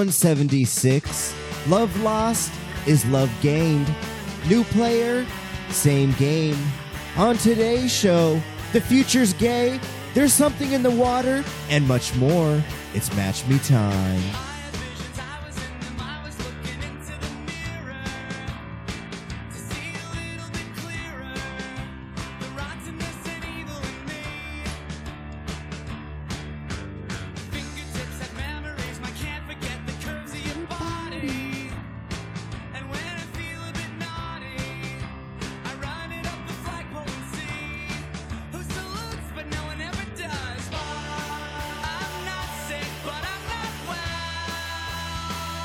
176. Love lost is love gained. New player, same game. On today's show, the future's gay, there's something in the water, and much more. It's match me time.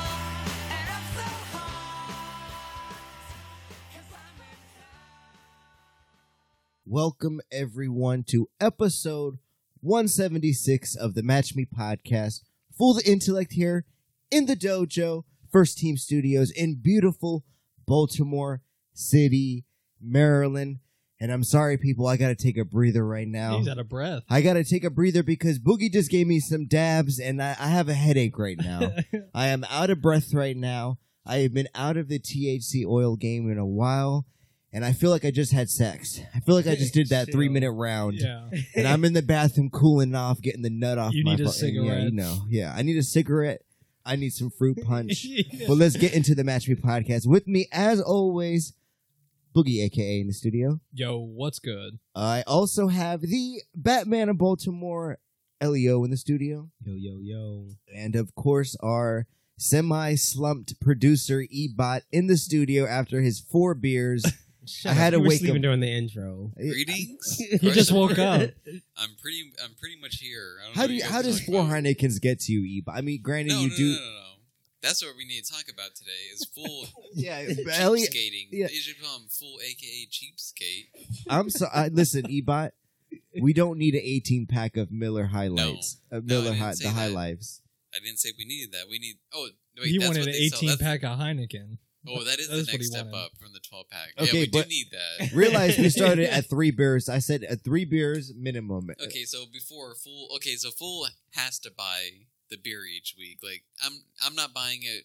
Welcome everyone to episode 176 of the Match Me podcast. Full the intellect here in the dojo, First Team Studios in beautiful Baltimore City, Maryland. And I'm sorry, people, I got to take a breather right now. He's out of breath. I got to take a breather because Boogie just gave me some dabs and I, I have a headache right now. I am out of breath right now. I have been out of the THC oil game in a while, and I feel like I just had sex. I feel like I just did that Chill. three minute round, yeah. and I'm in the bathroom cooling off, getting the nut off. You my need a fu- and Yeah, you cigarette. know. Yeah, I need a cigarette. I need some fruit punch. but let's get into the Match Me podcast. With me, as always, Boogie, aka in the studio. Yo, what's good? I also have the Batman of Baltimore, Leo, in the studio. Yo, yo, yo. and of course our semi-slumped producer ebot in the studio after his four beers Shut I had to up. You were wake sleeping up. during the intro. Greetings. He just woke up. I'm pretty. I'm pretty much here. I don't know how what do you, guys how are does talking four about. heinekens get to you ebot i mean granted No, you no, do no, no, no. That's what we need to talk about today. Is full yeah Elliot, cheapskating. yeah. They should call him full, aka cheapskate. i'm so I, listen ebot we don't need an 18 pack of miller highlights of No, miller I didn't Hi- say the that. high lives I didn't say we needed that. We need. Oh wait, he that's wanted what an they sell. 18 That's- pack of Heineken. Oh, that is That is what the he next step wanted. up from the 12 pack. Okay, yeah, we but- do need that. realize we started at three beers i said at three beers minimum Okay, so before full. Okay, so full has to buy the beer each week. Like I'm. I'm not buying it.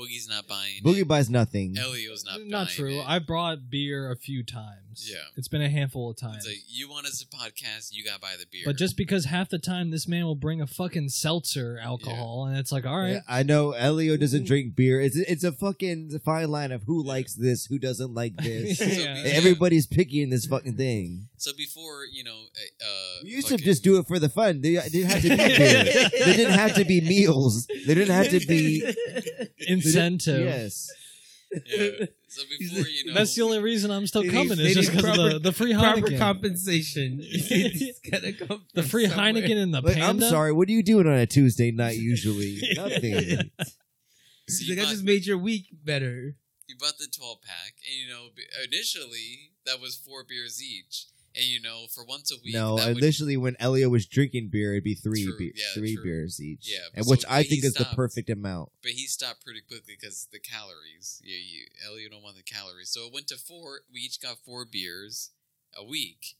Boogie's not buying boogie it. buys nothing Elio's not. Not buying true. It. I brought beer a few times. Yeah. It's been a handful of times. It's like you want us to podcast, you gotta buy the beer. But just because half the time this man will bring a fucking seltzer alcohol, and it's like, all right, Yeah, I know Elio doesn't drink beer. It's it's a fucking fine line of who likes this, who doesn't like this. So be- Yeah. Everybody's picky in this fucking thing. So before you know, uh, We used to fucking- just do it for the fun. They didn't have to be beer. They didn't have to be meals. They didn't have to be incentive. Yes, Yeah. So before you know, That's the only reason I'm still They need- coming they is just need because of proper- the, the free Proper Heineken. compensation. It's gotta come the from free somewhere. Heineken and the Like, I'm Panda. sorry. What are you doing on a Tuesday night usually? Nothing. so It's you, Like, I bought, just made your week better. you bought the twelve pack, and you know, b- initially that was four beers each, and you know, for once a week, No, that would- initially when Elio was drinking beer, it'd be three True, be- yeah, three true. beers each, Yeah, and so which I he think is the stopped. perfect amount. but he stopped pretty quickly because the calories. Yeah, you Elliot don't want the calories, so it went to four. We each got four beers a week,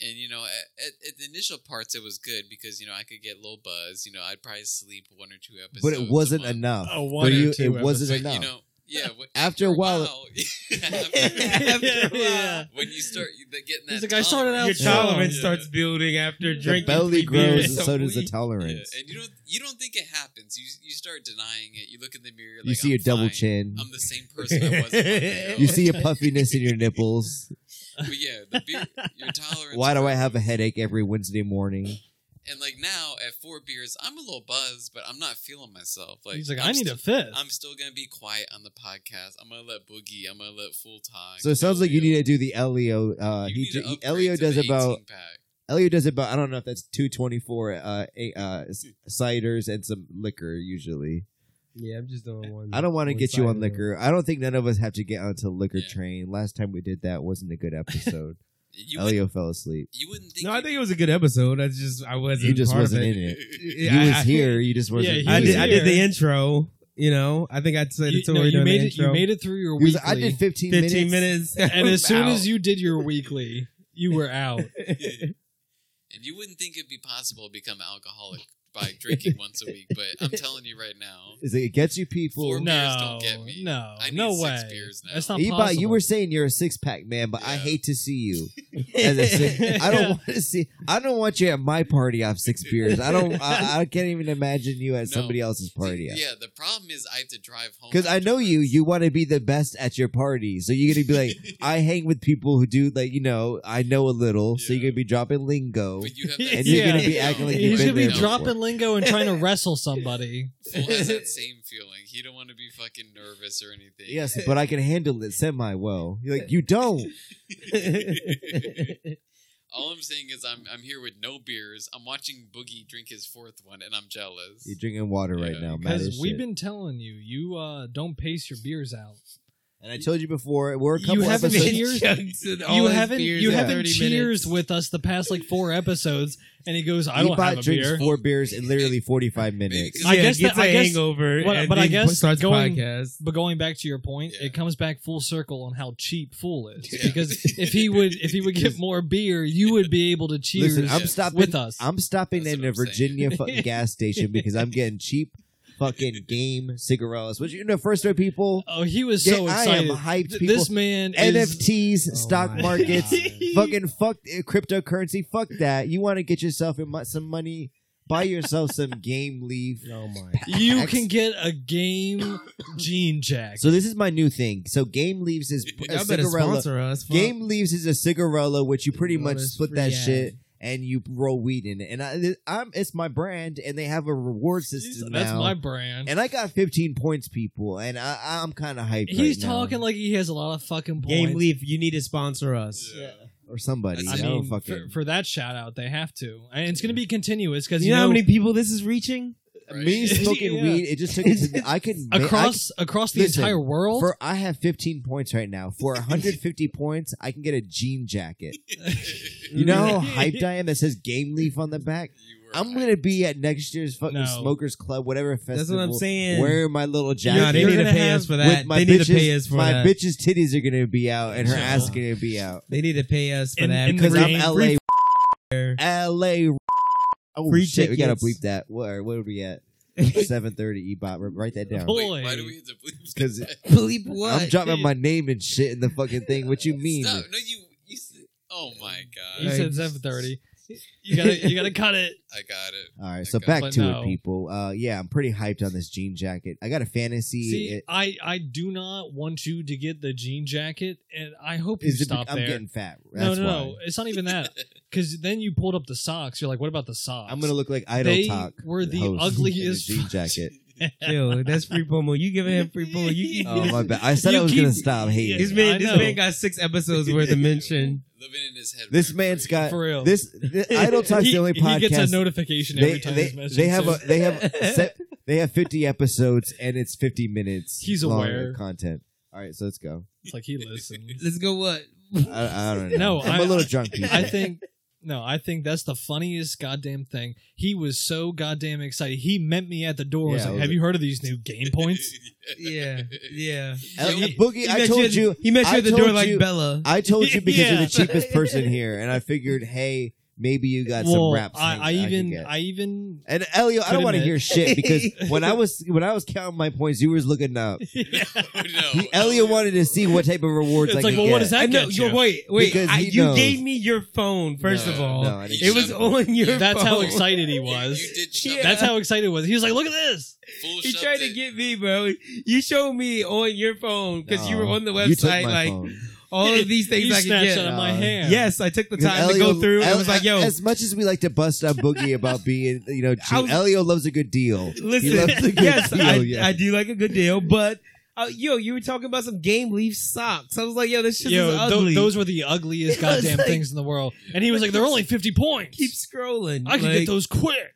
and you know, at, at, at the initial parts, it was good because you know I could get low buzz. You know, I'd probably sleep one or two episodes, But it wasn't a month. enough. Oh, one For or you, two it wasn't But, enough. You know, yeah. wh- After a for while- After a Yeah. while. when you start you- the- getting that. He's like, I started tolerance. out Your Yeah. strong. tolerance Yeah. starts building after the drinking. belly three grows, beers and a so does the week. Yeah, tolerance. and you don't you don't think it happens. You you start denying it. You look in the mirror. Like, you see I'm a double fine. chin. I'm the same person I was. a month ago. You see a puffiness in your nipples. but yeah, the beer, your tolerance. Why do I have a headache every Wednesday morning? And like now at four beers, I'm a little buzzed, but I'm not feeling myself. Like He's like, I'm I need st- a fifth. I'm still gonna be quiet on the podcast. I'm gonna let Boogie. I'm gonna let Full Time. So it sounds like you need to do the Elio. Uh, he, j- he Elio does about Pack. Elio does about I don't know if that's two twenty four uh, a- uh, s- ciders and some liquor usually. Yeah, I'm just doing one. I don't want to one get you side on of liquor. I don't think none of us have to get onto liquor Yeah. train. Last time we did that wasn't a good episode. You wouldn't, Elio fell asleep. you wouldn't it. think. No, I you'd- think it was a good episode. I just I wasn't. You just part of wasn't it. in it. Yeah, You I- was here. You just wasn't. Yeah, he I, I here. did. I did the here. intro. You know, I think I said you, it to no, her you during made the it. You intro. made it through your He was- weekly. I did fifteen, 15 minutes, and as soon as you did your weekly, you were out. you And you wouldn't think it'd be possible to become alcoholic by drinking once a week, but I'm telling you right now, Is it, it gets you people? Four beers no, don't get me. no, I need no six way. beers now. That's not Iba, possible. you were saying you're a six pack man, but I Yeah. hate to see you. As a six, I don't want to see. I don't want you at my party off six beers. I don't. I, I can't even imagine you at No. somebody else's party. yeah, the problem is I have to drive home Because I know you. You want to be the best at your party, so you're gonna be like, I hang with people who do like you know. I know a little, so Yeah. you're gonna be dropping lingo. But you have that And you're same gonna be feeling. acting like you've He's been gonna be there dropping before. lingo and trying to wrestle somebody. Fool has that same feeling. He don't want to be fucking nervous or anything. Yes, but I can handle it semi well. You're like you don't. All I'm saying is I'm I'm here with no beers. I'm watching Boogie drink his fourth one, and I'm jealous. You're drinking water right Yeah. now, man. Because we've been telling you, you uh, don't pace your beers out. And I told you before, we're a You couple haven't episodes. been- Cheers. you haven't you haven't cheers with us the past like four episodes, and he goes, "I don't Ebot have a drinks beer." four beers in literally 45 minutes. Because- I guess that- I guess- hangover. but- and but I then guess starts going- podcast. But going back to your point, Yeah. it comes back full circle on how cheap Fool is. Yeah. Because if he would if he would get more beer, you would be able to cheers Listen, I'm Yes. stopping. with us. I'm stopping That's in what a I'm saying. Virginia fucking gas station because I'm getting cheap fucking game cigarettes. Which you know, first rate people. oh, he was Yeah, so I am excited. hyped. Th- People, This man is NFTs, Oh stock my markets, God. fucking fuck uh, cryptocurrency. Fuck that. You want to get yourself in mo- some money? Buy yourself some game leaf. Oh my. You packs. can get a game jean jack. So this is my new thing. So game leaves is Dude, a Y'all better cigarella. sponsor us. fuck. Game leaves is a cigarello, which you pretty much Cigarella's split free that ad. shit and you roll weed in it. And I, I'm it's my brand, and they have a reward system That's now. my brand. and I got 15 points, people, and I, I'm kind of hyped. He's right now. talking like he has a lot of fucking points. Game Leaf, you need to sponsor us. Yeah. or somebody. I, I don't mean, fucking. for, for that shout out, they have to, and it's going to be continuous because You know how many people this is reaching? Right? Me smoking Yeah. weed, it just took it to. I can ma- I across across the Listen, entire world. can- for I have 15 points right now. For 150 points, I can get a jean jacket. You know how hyped I am that says Game Leaf on the back. You were I'm hyped. gonna be at next year's fucking No. smokers club, whatever festival. That's what I'm saying. Wearing my little jacket. Nah, they You're need to gonna pay have- us for with that. my They need bitches, to pay us for my that. bitch's titties are gonna be out and her ass is Yeah. gonna be out They need to pay us for In- that. in the because Free- I'm Free- LA. free- LA. Oh Free shit, we gotta tickets. bleep that. Where where are we at? Seven thirty. Ebot, R- write that down. Boy. Wait, why do we have to believe 'Cause- that? Bleep what? I'm dropping my name and shit in the fucking thing. What you mean? Stop. No, you. you s- oh my You god, Right. uh, said seven thirty. You gotta you gotta cut it. I got it. All right, so Okay. back But to no. it, people. Uh, yeah, I'm pretty hyped on this jean jacket. I got a fantasy. See, it- I I do not want you to get the jean jacket, and I hope you is it be- stop I'm there. getting fat. no, That's no, why. no. It's not even that because then you pulled up the socks. You're like, what about the socks? I'm gonna look like Idol They Talk. were the host ugliest in a jean jacket. Yo, that's free promo. You giving him free promo. You keep Oh my bad. I said You I was keep- gonna stop hating. This Yeah, I man, know. this man got six episodes worth of mention. Living in his head. This rent man's free. got For real. this. th- Idol Talk's he, the only podcast. He gets a notification every they, time they, he's mentioned. they have so a they have a set, they have 50 episodes and it's 50 minutes. He's long aware. of content. All right, so let's go. it's like he listens. Let's go. What? I, I don't know. No, I'm a I- little drunk. People. I think no, I think that's the funniest goddamn thing. He was so goddamn excited. He met me at the door. Yeah, was I like, was "Have like- you heard of these new game points?" Yeah, yeah. Uh, Yo, Boogie, He I met told at- you. He met you I at the told door like you- Bella. I told you because you're Yeah. the cheapest person here, and I figured, hey, maybe you got some raps. I, things I that could even, get. I, even, and Elio, I don't could've want to met. hear shit because when I was when I was counting my points, you was looking up. Oh, no. He, Elio wanted to see what type of rewards It's I like, could well, get. what does that I know. get yo, you? Wait, wait. Because I, he you knows. gave me your phone first No, of all. no, I didn't it was shut on your. that's how phone. excited he You- was. You did shove Yeah. that That's how excited he was. He was like, "Look at this!" full He shoved tried to it. get me, bro. You showed me on your phone because you were No, on the you took website, my like phone. all of these things he I could snatched get. out of my uh, hand. Yes, I took the Because time to go through. I El- was like, yo, as much as we like to bust on Boogie about being, you know, cheap, I was- Elio loves a good deal. he loves a listen, good yes, deal. I, yeah. I do like a good deal, but uh, yo, you were talking about some game leaf socks. I was like, yo, this shit Yo, is tho- ugly. those were the ugliest I was goddamn like- things in the world. And he was like, "They're only fifty points. keep scrolling. I can Like, get those quick."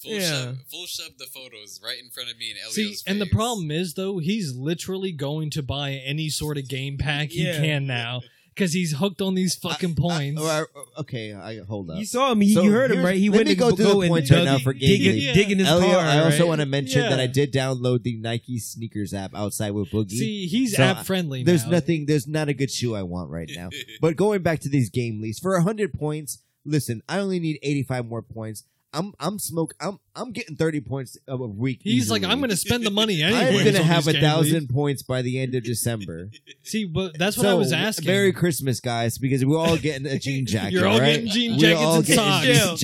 Full Yeah. shove, full shove the photos right in front of me and Oh, Elio's See, face. and the problem is though, he's literally going to buy any sort of game pack he Yeah. can now because he's hooked on these fucking points. I- or I- okay, I hold up. You saw him. You So heard him, here's- right? He let went me to go go, through the and points right dug- now for dig, Game Leaf. dig in his Elio, car. I also right? want to mention Yeah. that I did download the Nike sneakers app outside with Boogie. See, he's So, app friendly. there's now. nothing. There's not a good shoe I want right now. But going back to these game leads for hundred points, listen, I only need eighty-five more points. I'm I'm smoke. I'm I'm getting thirty points a a week. He's easily. like, I'm going to spend the money anyway. I'm gonna have a thousand points by the end of December. See, but that's what I So, was asking. Merry Christmas, guys, because we're all getting a jean jacket. You're all right? getting jean We're jackets all and getting socks. jean Yeah.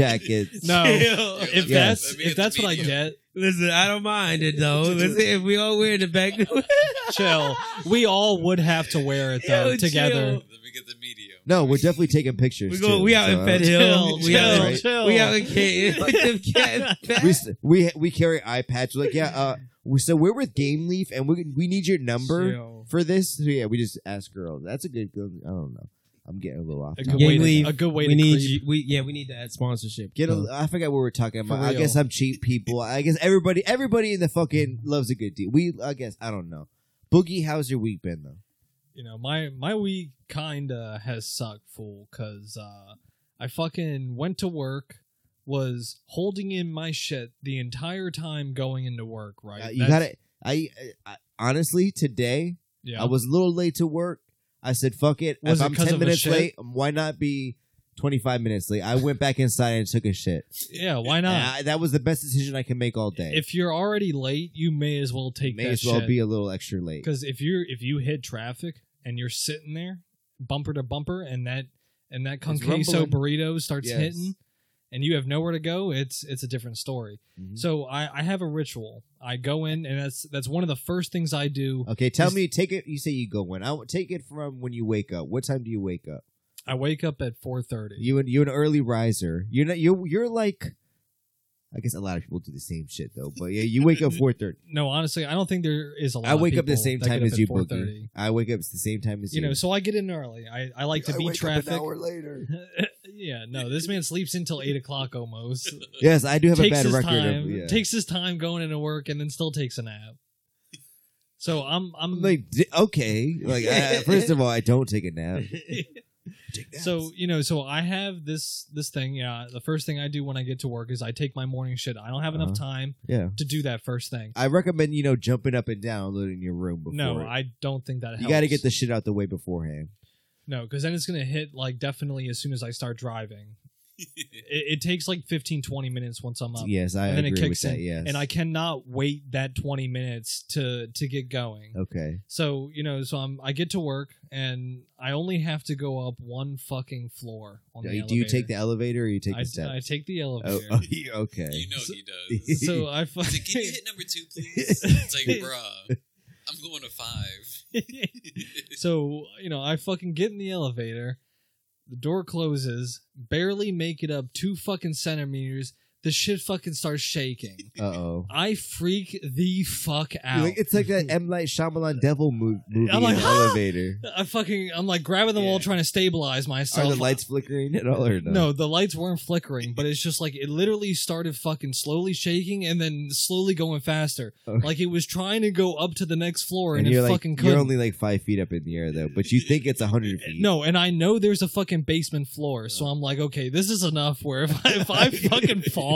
jackets. No, Chill. If if Yeah. that's Let me if get the that's what I medium. get, Listen, I don't mind it though. Listen, if we all wear in the back, chill. We all would have to wear it though Yo, together. chill. Let me get the medium. No, we're definitely taking pictures. we go. too, We out so- in Fed Chill, Hill. we out. chill, Right. chill. We out in K. with them cat- uh, We, s- we we carry iPads. We're like, yeah. Uh, we- so we're with Game Leaf, and we we need your number Chill. for this. So yeah, we just ask girls. That's a good. girl. I don't know. I'm getting a little off. A topic. good way. Yangli, To, a good way. We to need creep. you. We yeah. We need that sponsorship. Get bro. a, I forgot what we were talking about. For I real. guess I'm cheap people. I guess everybody everybody in the fucking loves a good deal. We I guess I don't know. Boogie, how's your week been though? you know my my week kinda has sucked full because uh i fucking went to work was holding in my shit the entire time going into work right Uh, you got That's- it. I, I honestly today yeah I was a little late to work. I said fuck it. Was if it I'm 'cause ten of a minutes shit? late, why not be twenty five minutes late? I went back inside and took a shit. yeah why And not I, that was the best decision I can make all day. if you're already late you may as well take may that as well shit be a little extra late. because if you're if you hit traffic and you're sitting there bumper to bumper and that and that con It's queso rumbling. burrito starts Yes. hitting and you have nowhere to go it's it's a different story Mhm. so I, I have a ritual i go in and that's that's one of the first things i do Okay, tell Just- me. Take it. You say you go when? I take it from when you wake up. What time do you wake up? I wake up at 4:30. You and you an early riser. You're not. You're you're like. I guess a lot of people do the same shit though, but yeah, you wake up four thirty. no, honestly, I don't think there is a lot. I of wake up the people same that get time up as at you, 4:30. Boogie. I wake up at the same time as You you. know, so I get in early. I, I like to beat traffic. later. yeah, no, this man sleeps until eight o'clock almost. Yes, I do have a takes bad his record. time, Of, yeah. takes his time going into work, and then still takes a nap. So I'm I'm like d- okay, like I, first of all, I don't take a nap. so you know so I have this this thing. Yeah, the first thing I do when I get to work is I take my morning shit. I don't have enough Uh-huh. time yeah, to do that first thing. I recommend you know jumping up and down, loading your room before. No, it. I don't think that helps. you got to get the shit out the way beforehand. No, because then it's going to hit like definitely as soon as I start driving. It, it takes like 15, 20 minutes once I'm up. yes, I and then it agree kicks with that. in, Yes, And I cannot wait that 20 minutes to to get going. okay. So, you know, so I'm, I get to work and I only have to go up one fucking floor on the Do elevator. you take the elevator or you take I, the step? I take the Oh, elevator. oh, okay. You know So- he does. So I fucking He's like, can you hit number two, please? It's like, bruh, I'm going to five. so you know i fucking get in the elevator the door closes barely make it up two fucking centimeters the shit fucking starts shaking Uh oh. i freak the fuck out Like, it's like that M Night Shyamalan devil mo- movie I'm like, "Ah!" in the "Huh?" elevator. i fucking i'm like grabbing the wall Yeah. trying to stabilize Are myself the lights flickering at all or no? no the lights weren't flickering but it's just like it literally started fucking slowly shaking and then slowly going faster Okay. like it was trying to go up to the next floor And, and, it you're like fucking you're couldn't only like five feet up in the air though, but you think it's a hundred feet. No, and I know there's a fucking basement floor, so I'm like, okay, this is enough. Where if I, if I fucking fall,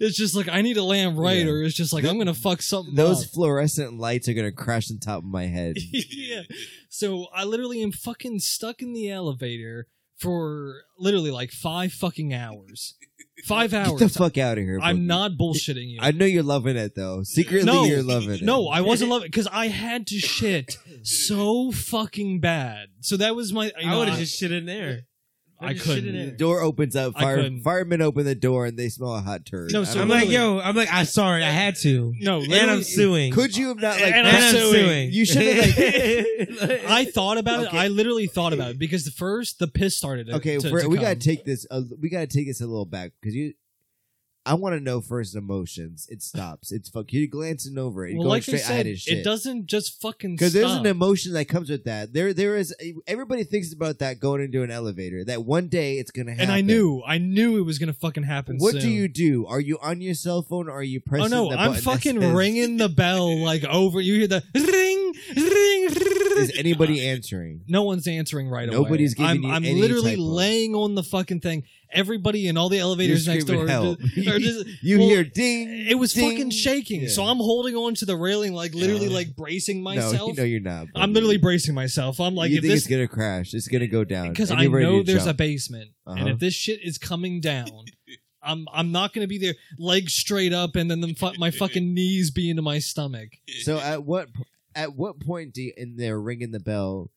it's just like I need to land right, Yeah. or it's just like Th- I'm gonna fuck something. Those up. fluorescent lights are gonna crash on top of my head. yeah. So I literally am fucking stuck in the elevator for literally like five fucking hours. Five Get hours. the fuck out of here. Boogie. I'm not bullshitting you. I know you're loving it though. Secretly, No. you're loving it. No, I wasn't loving because I had to shit so fucking bad. So that was my. You I know, would have I- just shit in there. I I'd just shit in couldn't. there. Door opens up. I Fire, couldn't. firemen open the door and they smell a hot turd. No, I so don't I'm know. like, yo, I'm like, I sorry, I had to, no, and I'm literally- suing. could you have not like? And and I'm I'm, suing. suing. You should've, like. I thought about Okay. it. I literally thought about it because the first the piss started. to- okay, to- for, to we come. gotta take this. Uh, we gotta take this a little back because you. I want to know first emotions. It stops. It's fuck. You're glancing over it. You're Well, going like straight I at said, his shit. it doesn't just fucking because there's an stop. emotion that comes with that. There, there is. e, Everybody thinks about that going into an elevator. That one day it's gonna happen. and I knew, I knew it was gonna fucking happen. What soon. do you do? Are you on your cell phone? Or are you Oh pressing? no, the I'm button that fucking says- ringing the bell like over. You hear the ring, ring. Is anybody answering? no one's answering right away. Nobody's giving I'm, you I'm any literally type of- laying on the fucking thing. Everybody in all the elevators You're next door. screaming, Are "Help." just, are just- You well, hear ding. It was ding. fucking shaking, Yeah. so I'm holding on to the railing, like literally, Yeah. like bracing No, you myself. know you're not. I'm buddy. literally bracing myself. I'm like, you if think this it's gonna crash? It's gonna go down because and I you're ready know to there's a jump. basement, Uh-huh. and if this shit is coming down, I'm I'm not gonna be there, legs straight up, and then them fu- my fucking knees be into my stomach. So at what p- at what point do you, in there ringing the bell?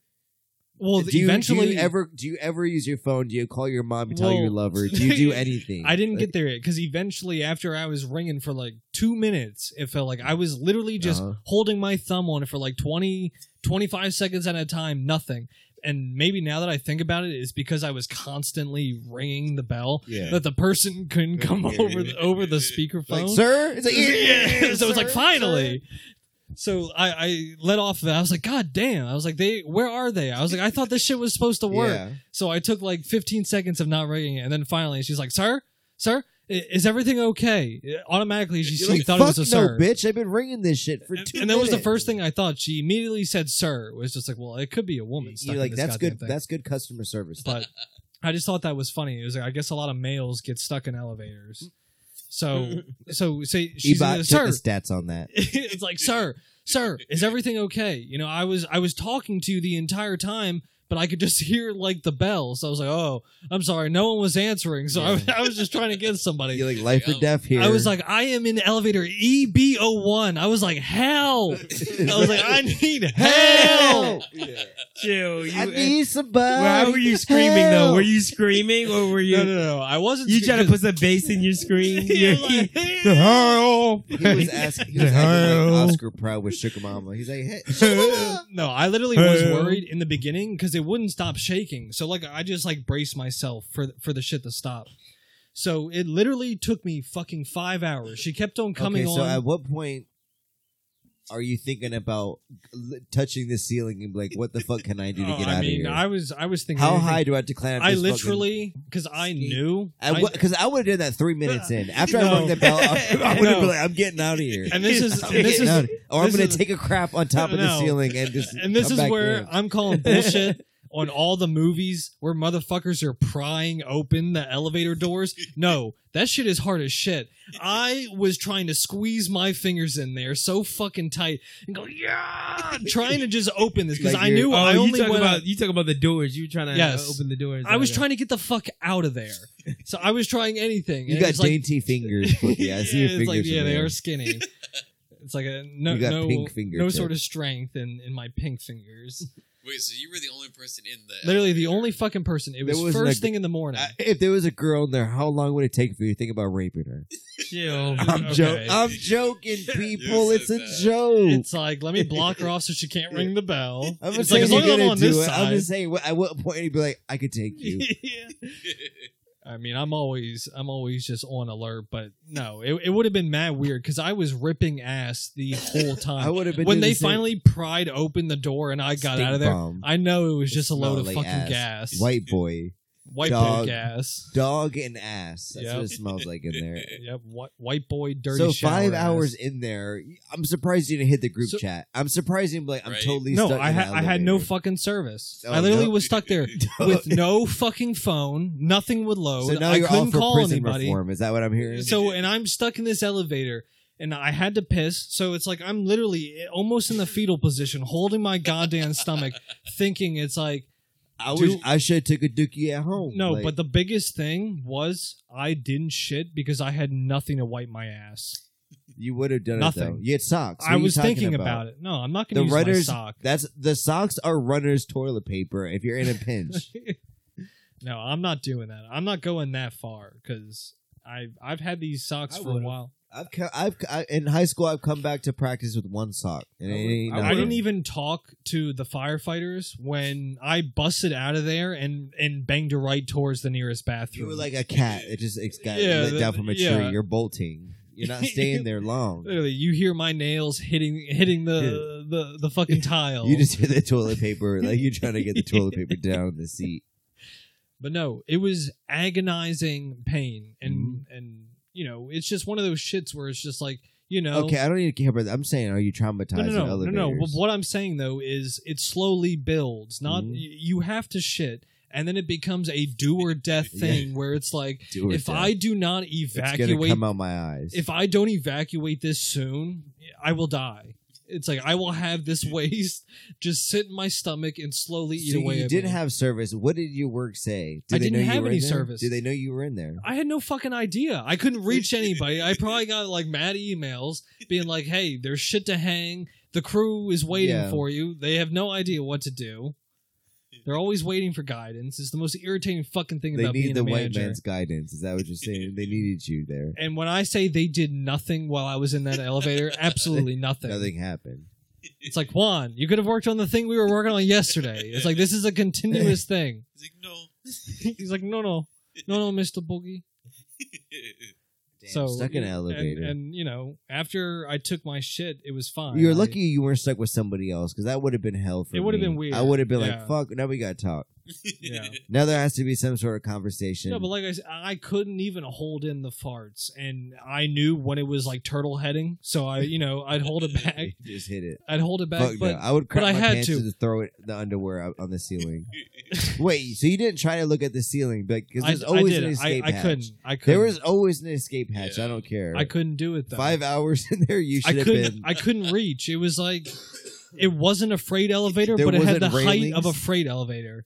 Well, do you, eventually, do you ever do you ever use your phone? Do you call your mom and tell Well, your lover? Do you do anything? I didn't get there yet because eventually, after I was ringing for like two minutes, it felt like I was literally just Uh-huh. holding my thumb on it for like 20, 25 seconds at a time, nothing. And maybe now that I think about it, it's because I was constantly ringing the bell Yeah. that the person couldn't come over the, over the speakerphone. like, sir. It's like, Yeah, so it's like "Sir, finally. So I, I let off of that. I was like, God damn. I was like, they where are they? I was like, I thought this shit was supposed to sir." work. Yeah. So I took like 15 seconds of not ringing it, and then finally she's like, "Sir, sir, i- is everything okay?" It- automatically, she, You're she like, thought it Fuck was a no, sir. bitch! I've been ringing this shit for and, two. and that was the minutes." first thing I thought. She immediately said, "Sir." It was just like, well, it could be a woman. stuck You're in like, this that's goddamn good. thing." That's good customer service. but I just thought that was funny. It was like, I guess a lot of males get stuck in elevators. So, so say she's in Ebot the, took sir. the stats on that. it's like, sir, sir, is everything okay? You know, I was I was talking to you the entire time, but I could just hear like the bell. So I was like, oh, I'm sorry, no one was answering. So I, was- I was just trying to get somebody. You're like life or Oh. death here. I was like, I am in elevator E EB01. I was like, help. I was like, I need help. hell. Chill. You, I need somebody. Why were you screaming though? Help! Were you screaming or were you? No, no, no. I wasn't. You trying to put the bass in your scream? Yeah, You're- like, Help. He was asking. He was acting like Oscar Proud with Sugar Mama. He's like, hey, No, I literally was Help. worried in the beginning because it wouldn't stop shaking. So like I just like braced myself for for the shit to stop. So it literally took me fucking five hours. She kept on coming okay, on. So at what point are you thinking about l- touching the ceiling and be like, what the fuck can I do to Oh, get I out mean, of here? I was I was thinking. How anything- high do I decline? I literally because I knew. I- because I, would have done that three minutes in. After No. I rung the bell, I, would have No. been like, "I'm getting out of here," and this is I'm and this getting is out of- or I'm this going is- to take a crap on top of the No. ceiling and just. and this come is back where in. I'm calling bullshit on all the movies where motherfuckers are prying open the elevator doors. No, that shit is hard as shit. I was trying to squeeze my fingers in there so fucking tight and go, yeah, trying to just open this because Like I you're- knew Oh, I you only talk went. about you talk about the doors. You were trying to uh, Yes. open the doors. I was trying to get the fuck out of there, so I was trying anything. you and got it's like- dainty fingers. Boogie. I see your it's fingers. like, yeah, in they there. are skinny. It's like a no, You got no, pink fingertips. no sort of strength in, in my pink fingers. Wait, so you were the only person in the Literally the elevator. only fucking person. It There was wasn't first a- thing in the morning. I- if there was a girl in there, how long would it take for you to think about raping her? to chill. I'm, Okay. jo- I'm joking, people. You It's a said that. joke. Um, It's like let me block her off so she can't ring the bell. I'm it's just like saying as long as you're I'm gonna on do this it. I'm side. just saying, wh- at what point you'd be like, I could take you. Yeah. I mean, I'm always I'm always just on alert, but no, it, it would have been mad weird because I was ripping ass the whole I time. would have been when doing they the same finally pried open the door and I got stink out of there, bomb. I know it was just a Smell load of like fucking ass. gas, White boy, white boy dog. gas. dog and ass. That's Yep. what it smells like in there. Yep, white, white boy dirty. So shower five ass. hours in there, I'm surprised you didn't hit the group So- chat. I'm surprised you didn't be like, I'm Right. totally No, stuck. I, in ha- an I had no elevator. fucking service. Oh, I literally no. was stuck there with no fucking phone. Nothing would So load. now I you're all couldn't for call prison anybody. reform. Is that what I'm hearing? So, and I'm stuck in this elevator and I had to piss. So it's like I'm literally almost in the fetal position, holding my goddamn stomach, thinking it's like, I wish do- I should have took a dookie at home. no, Like, but the biggest thing was I didn't shit because I had nothing to wipe my ass. you would have done it though. Nothing. You had socks. What I are you was talking thinking about about it. No, I'm not going The to use runners- my sock. That's the socks are runner's toilet paper if you're in a pinch. No, I'm not doing that. I'm not going that far because I've I've had these socks I for a would've. while. I've, co- I've I, in high school I've come back to practice with one sock and it ain't I nothing. didn't even talk to the firefighters when I busted out of there and and banged a right towards the nearest bathroom. You were like a cat. It just it's got Yeah, let the- down from a yeah. tree. You're bolting. You're not staying there long. literally, you hear my nails hitting hitting the the, the fucking tile. You just hear the toilet paper like you're trying to get the toilet paper down the seat. but no, it was agonizing pain and Mm-hmm. and you know it's just one of those shits where it's just like you know Okay, I don't need to care about that. I'm saying, are you traumatized No, in no, no, no, elevators? no. Well, What I'm saying though is it slowly builds. Not Mhm. y- you have to shit, and then it becomes a do or death Yeah. thing where it's like Do it if then. I do not it's gonna evacuate, come out my eyes. if I don't evacuate this soon, I will die. It's like I will have this waste just sit in my stomach and slowly eat So away. you at didn't me. have service. What did your work say? Did I they didn't know you have were any in there? service. Did they know you were in there? I had no fucking idea. I couldn't reach anybody. I probably got like mad emails being like, "Hey, there's shit to hang. The crew is waiting Yeah. for you. They have no idea what to do. They're always waiting for guidance. It's the most irritating fucking thing They about being need the a white manager." man's guidance. Is that what you're saying? they needed you there. and when I say they did nothing while I was in that elevator, absolutely nothing. Nothing happened. It's like Juan, you could have worked on the thing we were working on yesterday. It's like this is a continuous thing. He's like, no. He's like, no, no, no, no, Mister Boogie. Damn, stuck in an and- elevator. And, you know, after I took my shit, it was fine. you were I- lucky you weren't stuck with somebody else because that would have been hell for It would have me. been weird. I would have been Yeah. like, "Fuck!" Now we got to talk. Yeah. Now there has to be some sort of conversation. No, but like I said, I couldn't even hold in the farts, and I knew when it was like turtle heading, so I, you know, I'd hold it back. You just hit it. I'd hold it back, Fuck no. but I would crap I my had pants to. to. throw it the underwear out on the ceiling. Wait, so you didn't try to look at the ceiling, but because I, there's I always an did. it. I, escape I hatch. couldn't. I couldn't. There was always an escape hatch. Yeah. I don't care. I couldn't do it though. Five hours in there, you I should have couldn't. been. I couldn't reach. It was like it wasn't a freight elevator, There but it had wasn't the height railings? of a freight elevator.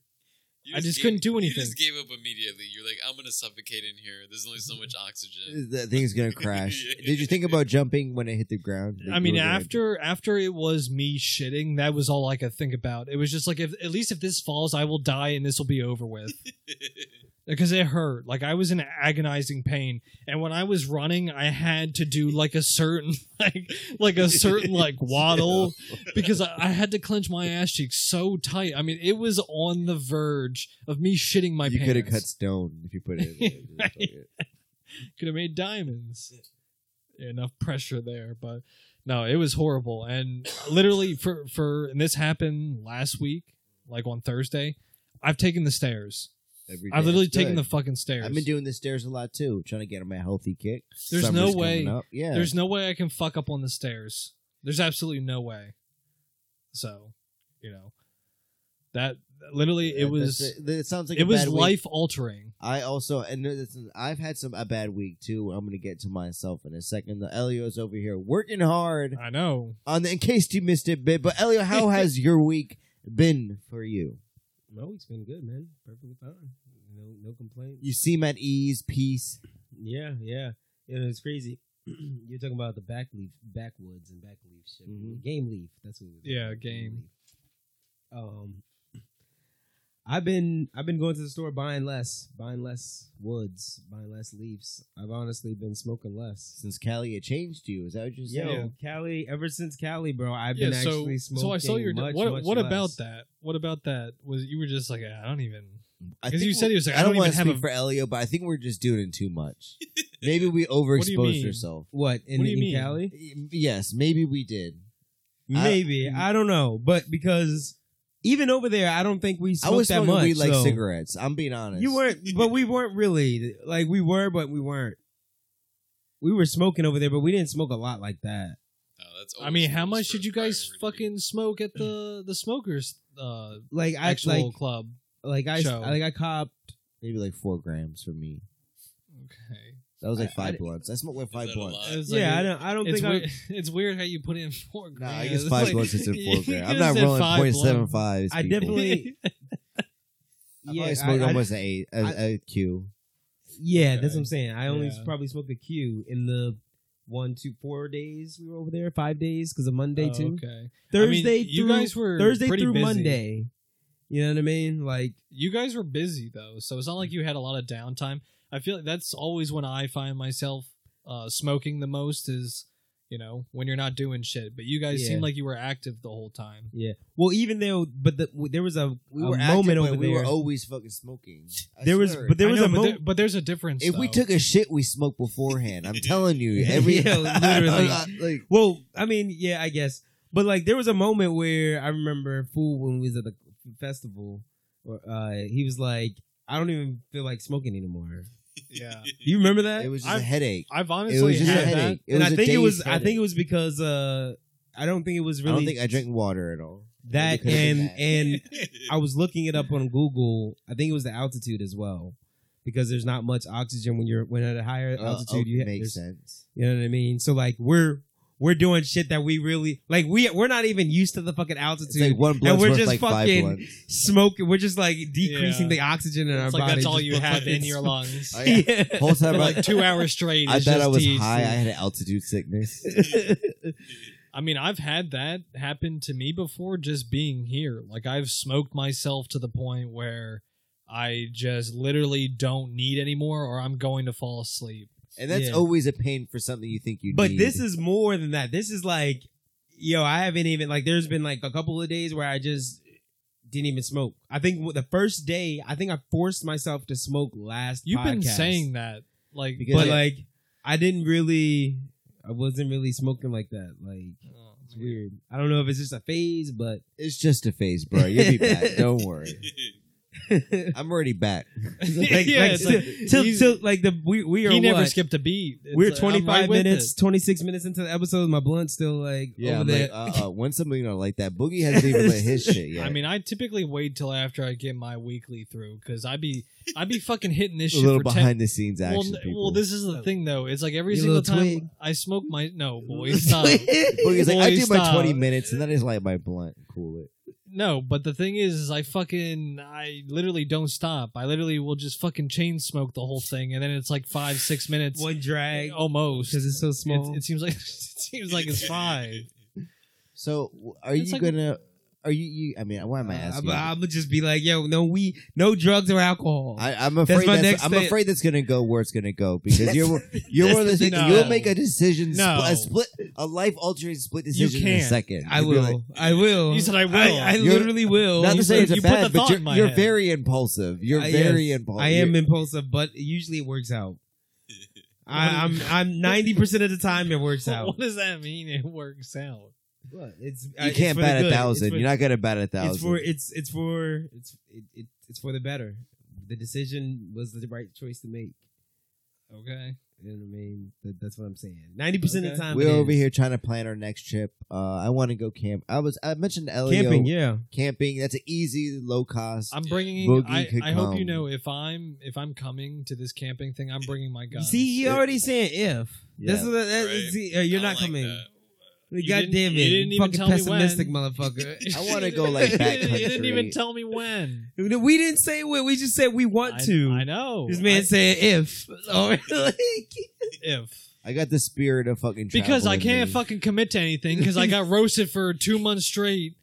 You I just couldn't do You anything. just gave up immediately. You're like, I'm gonna suffocate in here. There's only so much oxygen. That thing's gonna crash. Did you think about jumping when it hit the ground? Like, I you mean, were gonna- after after it was me shitting, that was all I could think about. It was just like, if at least if this falls, I will die, and this will be over with. because it hurt. Like I was in agonizing pain, and when I was running, I had to do like a certain like like a certain like waddle because I, I had to clench my ass cheeks so tight. I mean, it was on the verge of me shitting my you pants. could have cut stone if you put it. in there. could have made diamonds. Enough pressure there, but no, it was horrible. And literally, for for and this happened last week, like on Thursday. I've taken the stairs. Every I've day. literally Good. taken the fucking stairs. I've been doing the stairs a lot too, trying to get him a healthy kick. There's no Summer's way- coming Up. Yeah. There's no way I can fuck up on the stairs. There's absolutely no way. So, you know, that literally Yeah, it was that's It. That sounds like it a was bad week. life altering. I also and this is- I've had some a bad week too. I'm gonna get to myself in a second. The Elio's over here working hard I know. on the. Uh, In case you missed it, bit, but Elio, how has your week been for you? My week's been good, man. Perfectly fine. No, no complaints. You seem at ease, peace. Yeah, yeah. You know, it's crazy. You're talking about the back leaf, backwoods, and back leaf shit. Mhm. Game leaf. That's what. It was Yeah, Game leaf. Um, I've been I've been going to the store buying less, buying less woods, buying less leaves. I've honestly been smoking less. Since Callie had changed you, is that what you're Yo, saying? Cali. Ever since Cali, bro, I've Yeah, been so actually smoking. so I saw your much, what much what about less. that? What about that? Was you were just like, "Ah, I don't even I Because think you said we're- he was like, I don't don't even wanna have speak a- for Elio, but I think we're just doing too much. Maybe we overexposed mean? yourself. What in, What do you in mean? Cali? Yes, maybe we did. I- Maybe I, don't know, but because even over there, I don't think we I smoked was that smoking much. weed like so- cigarettes. I'm being honest. You weren't, but we weren't really like we were, but we weren't. We were smoking over there, but we didn't smoke a lot like that. Oh, that's I mean, always how first much for did you guys priority. fucking smoke at the the smokers uh Like I actual like club?" like I show. like I copped. maybe like four grams for me. Okay. That was like I- five I- blunts. I smoked like Is five that a blunts. lot? It's like yeah, a- I don't. I don't it's think weird, I. it's weird how you put in four Nah, grams. I guess It's five like- blunts is in you four grams. I'm could've not said rolling five point blunts. seven five. I definitely. I Yeah, probably I- smoked I- almost a, a, I- a Q. Yeah, Okay. that's what I'm saying. I only Yeah. probably smoked a Q in the one, two, four days we were over there. Five days because of Monday Oh, too. Okay. I mean, Thursday you through guys were Thursday pretty through busy. Monday. You know what I mean? Like You guys were busy though, so it's not like you had a lot of downtime. I feel like that's always when I find myself uh, smoking the most is you know when you're not doing shit. But you guys Yeah. seem like you were active the whole time. Well, even though, but the, there was a, We a were active, moment over but we there. were always fucking smoking. I There was- swear. but there I was know, a but, mo- there- but there's a difference. if we though. took a shit, we smoked beforehand. I'm telling you, every Yeah, literally. like well, I mean, yeah, I guess, but like there was a moment where I remember Fool when we was at the festival, or uh, he was like, "I don't even feel like smoking anymore." yeah, You remember that? it was just a I've- headache. I've honestly It was just a had that. headache. It and was I a think it day's was. I headache. think it was because uh, I don't think it was really I don't think I drank water at all. that, Because of and that. and I was looking it up on Google. I think it was the altitude as well, because there's not much oxygen when you're when at a higher Uh, altitude. oh, you ha- makes there's- sense. You know what I mean? So like we're we're doing shit that we really like. We we're not even used to the fucking It's altitude. like one blunt's and we're worth just like fucking- five blunts. Smoking, we're just like decreasing Yeah. the oxygen in It's our like body. that's all just you by have in fucking your lungs. Oh, yeah. Yeah. Whole For time I, like two hours straight. I it's thought just I was THC. high. I had an altitude sickness. I mean, I've had that happen to me before just being here. Like, I've smoked myself to the point where I just literally don't need anymore or I'm going to fall asleep. And that's Yeah. always a pain for something you think you But need. this is more than that. This is like, yo, I haven't even like. There's been like a couple of days where I just didn't even smoke. I think the first day, I think I forced myself to smoke last. You've been podcast. saying that. Like, Because- but Yeah. like, I didn't really. I wasn't really smoking like that. Like, Oh, it's man. weird. I don't know if it's just a phase, but It's just a phase, bro. You'll be back. Don't worry. like, I'm already back. like, yeah, it's like, till, he's- till, like the we we are he never what? skipped a beat. It's We're like, I'm 25 right with minutes, it. 26 minutes into the episode. My blunt's still like Yeah, over I'm there. like, uh, uh, when's somebody gonna like that? Boogie hasn't even lit his shit yet. I mean, I typically wait till after I get my weekly through because I be I be fucking hitting this a shit little for ten behind the scenes action. Well, n- people. well, this is the thing though. It's like every You single little time twig. I smoke my no, boy, stop. Boogie's like, I Boy, do my stop. 20 minutes, and then I just light my blunt. and Cool it. no, but the thing is, is I fucking I literally don't stop. I literally will just fucking chain smoke the whole thing, and then it's like five, six minutes One drag almost. because it's so It's- small. it seems like it seems like it's five. So, w- are It's you like- gonna? Are you, you? I mean, why am I asking? you? I'm, just be like, yo, no we, no drugs or alcohol. I, I'm That's afraid. my that's, next I'm thing. afraid that's gonna go where it's gonna go because you're you're one of those. No. You'll make a decision, No. split, a split, a life altering split decision in a can't. second. I You'll be will. like- I will. You said I will. I, You're- literally will. not to say said- it's a you put the bad, but thought in you're, my you're head. very impulsive. You're Uh, very yes. impulsive. I am impulsive, but usually it works out. I, I'm I'm 90 percent of the time it works out. What does that mean? It works out. Look, It's uh, You it's can't for the bat a good. thousand. It's for, you're not gonna bat a thousand. It's for it's it's for it's it, it, it's for the better. The decision was the right choice to make. Okay. You know what I mean? That, that's what I'm saying. 90 percent of the Okay. time We're it is. over here trying to plan our next trip. Uh, I want to go camp. I was I mentioned Elio camping. Yeah. Uh, camping. That's an easy, low cost. I'm bringing. Boogie I, could I hope you come. know if I'm if I'm coming to this camping thing, I'm bringing my You gun. See, he already saying if. Yeah. This is what- that- Right. see, uh, you're I not like coming. that. You God didn't- damn it! you didn't even fucking tell me pessimistic when. motherfucker. I wanna go, like, backcountry. You didn't even tell me when. we didn't say what. We just said we want I- to. I know. This man I- said if. So, like, if I got the spirit of fucking because travel I in can't me. fucking commit to anything because I got roasted for two months straight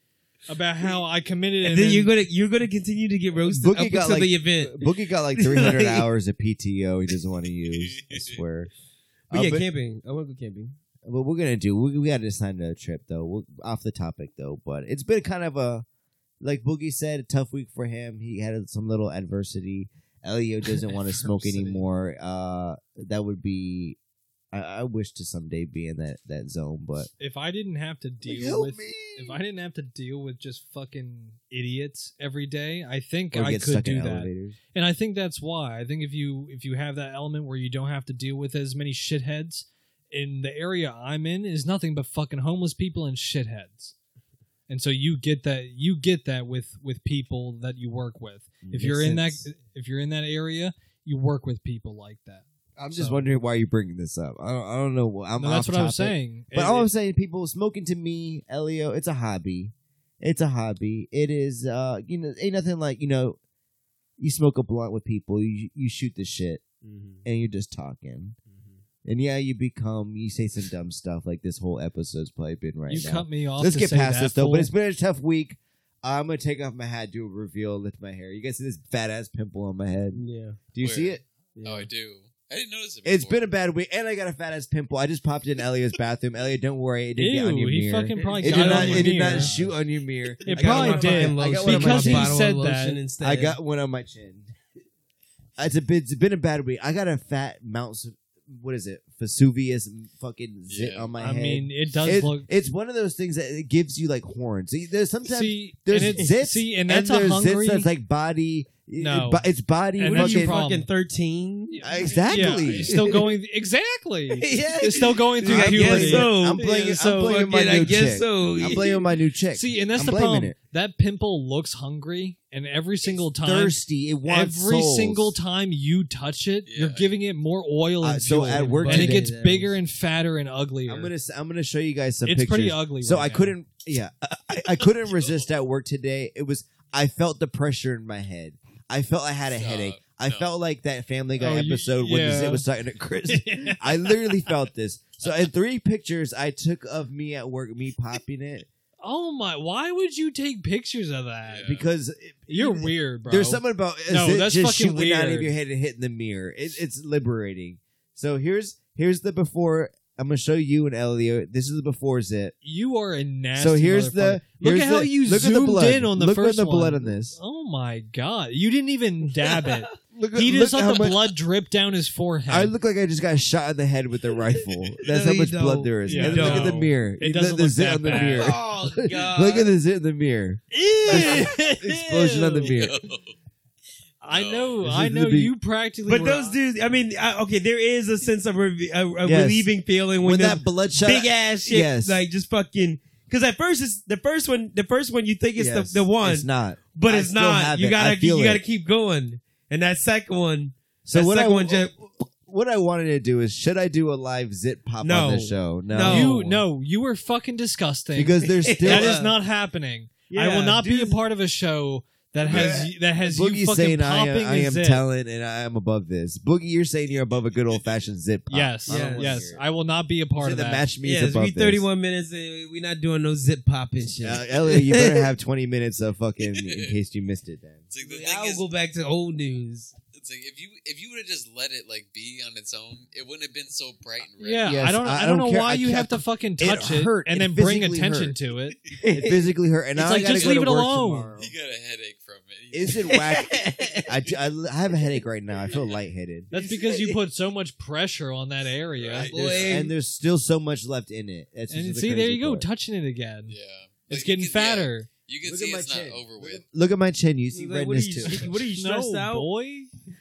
about how I committed. and And, then, you're gonna you're gonna continue to get roasted Boogie up until got, like- the event. Boogie got like 300 Like- hours of PTO he doesn't want to use. I swear. But Uh, yeah, but, camping. I want to go camping. what we're gonna do? We, we got to decide another trip though. We'll, off the topic though, but it's been kind of a like Boogie said, a tough week for him. He had some little adversity. Elio doesn't want to smoke Adversity. anymore. Uh, that would be. I, I wish to someday be in that that zone, but if I didn't have to Like, deal help with, me. if I didn't have to deal with just fucking idiots every day, I think Or I get could stuck do in that. elevators. And I think that's why. I think if you if you have that element where you don't have to deal with as many shitheads, in the area I'm in is nothing but fucking homeless people and shitheads. And so you get that you get that with with people that you work with. If Makes you're in that sense. if you're in that area, you work with people like that. I'm just So- wondering why you're bringing this up. I don't, I don't know. wh- I'm No, that's off what I was topic. saying. But It- all I'm it- saying, people, smoking to me, Elio, it's a hobby. It's a hobby. It is, uh, you know, ain't nothing like you know, you smoke a blunt with people, you you shoot the shit, Mm-hmm. and you're just talking. And yeah, you become, you say some dumb stuff like this whole episode's probably been right you now. cut me off. Let's to get say past that, this though. But fool. it's been a tough week. I'm gonna take off my hat, do a reveal, lift my hair. You guys see this fat ass pimple on my head? Yeah. Do you Where? see it? Oh, I do. I didn't notice it. Before. It's been a bad week, and I got a fat ass pimple. I just popped in Elio's bathroom. Elio, don't worry, it didn't get Ew, on your he mirror. fucking probably It got did on not. your It did mirror. not shoot on your mirror. It I got probably one on my- I did. got one on Because my he bottle. said that. I got one on my chin. It's a bit. It's been a bad week. I got a fat Mount. Su- What is it? Vesuvius fucking zit Yeah. on my I head. mean, it does It- look. it's one of those things that it gives you like horns. See, There's sometimes see, there's and it, zits, see, and and that's there's a zits hungry. that's like body No. It- it's body And What are that's fucking- you your problem. fucking thirteen? Yeah. Exactly. Yeah, it's still going exactly. Yeah. It's still going through I guess puberty. so. I'm blaming, Yeah, so I'm blaming my Fucking, I new guess chick. so. I'm blaming my new chick. See, and that's I'm the blaming problem. it. That pimple looks hungry, and every single It's time, thirsty. It wants every souls. single time you touch it, you're Yeah. giving it more oil and Uh, so fuel, at work and it today, gets there bigger was- and fatter and uglier. I'm gonna s- I'm gonna show you guys some it's pictures. pretty ugly. so right I now. couldn't. Yeah, I- I, I couldn't resist at work today. It was I felt the pressure in my head. I felt I had a Stop. headache. I No. felt like that Family Guy Oh, you- episode when the yeah. Zit was talking to Chris. I literally felt this. So in three pictures I took of me at work, me popping it oh my! Why would you take pictures of that? Yeah. because it- You're it- weird, bro. There's something about a No, zit that's just fucking shooting out of weird. your head and hitting the mirror. It, it's liberating. So here's here's the before. I'm gonna show you and Elio. This is the before zit. You are a nasty. so here's the motherfucker. Look here's at how the- you look at the zoomed blood. in on the look first at the blood one. on this. Oh my god! You didn't even dab it. Look, He look just how let the much- blood drip down his forehead. I look like I just got shot in the head with a rifle. That's No, how you much blood don't. there is. You and then look at the don't. mirror. It You doesn't the look zit that on the bad. mirror. Oh god! look at the zit in the mirror. Ew. Explosion on the mirror. I know, This I is the know. big- You practically. But were- those dudes, I mean, I, okay, there is a sense of re- a, a Yes. relieving feeling When when, that that bloodshot big ass shit, Yes. like just fucking. Because at first it's the first one, the first one you think it's Yes, the, the one, It's not. but I it's still not. have You it. I gotta feel you gotta it. keep going. And that second one, So that what I second one want, just what I wanted to do is should I do a live zit pop No. on the show? No. No. you no, you were fucking disgusting. because there's still that Yeah. is not happening. I Yeah, will not be a dudes- part of a show that has that has Boogie you fucking saying I popping. am, I a am zit. talent and I am above this. Boogie, you're saying you're above a good old fashioned zit pop. Yes, I don't wanna yes, hear it. I will not be a part Say of the that. match means Yeah, it's above be this. 31 minutes and we're not doing no zip popping shit. Uh, Elliot, you better have 20 minutes of fucking in case you missed it then. It's like the I'll thing is, go back to old news. it's like if you if you would have just let it like be on its own, it wouldn't have been so bright and red. Yeah, Yes, I don't. I- I, I don't don't know care. why I you can't- have to fucking touch it, hurt. and It then bring physically attention hurt. to it. It physically hurt. And It's now like, I gotta just go leave to it work alone. tomorrow. You got a headache from it. Is it whack? I, ju- I, l- I have a headache right now. I feel lightheaded. That's because you put so much pressure on that area. Right. There's- Boy. and there's still so much left in it. That's And just the see, there crazy you go, part. touching it again. Yeah, It's Like, getting you can- yeah, fatter. you can Look at see my it's chin. not over with. Look at my chin. You see Like, what, are redness you, too. what are you stressed no, out? boy.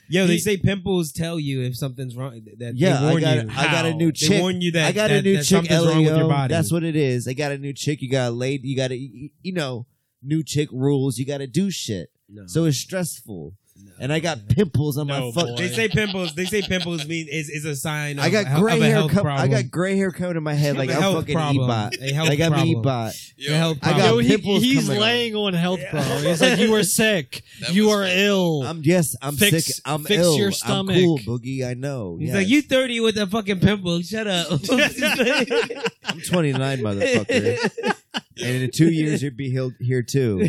Yo, they He- say pimples tell you if something's wrong. That- That Yeah, they I warn got, you. I got a How? new They chick. They warn you that I got a that- new that chick, Something's wrong with your Elio. body. That's what it is. I got a new chick. You got a lady. You got to, you know, new chick rules. You got to do shit. So it's stressful. And I got pimples on my No, fuck. boy. They say pimples. They say pimples mean is is a sign. Of, I he- got gray of a hair. health Com- I problem. got gray hair coming in my head like A I'm health fucking problem. ebot. A health Like I'm problem. ebot. Yo, The health I got Yo, he, pimples he's coming out. laying on health Yeah. problem. He's like, you are sick. That you was are funny. ill. I'm yes. I'm Fix- sick. I'm fix ill. your I'm stomach. cool, Boogie. I know. He's Yes. like you thirty with a fucking pimple. Shut up. I'm 29, motherfucker. and in two years you'll be healed here too.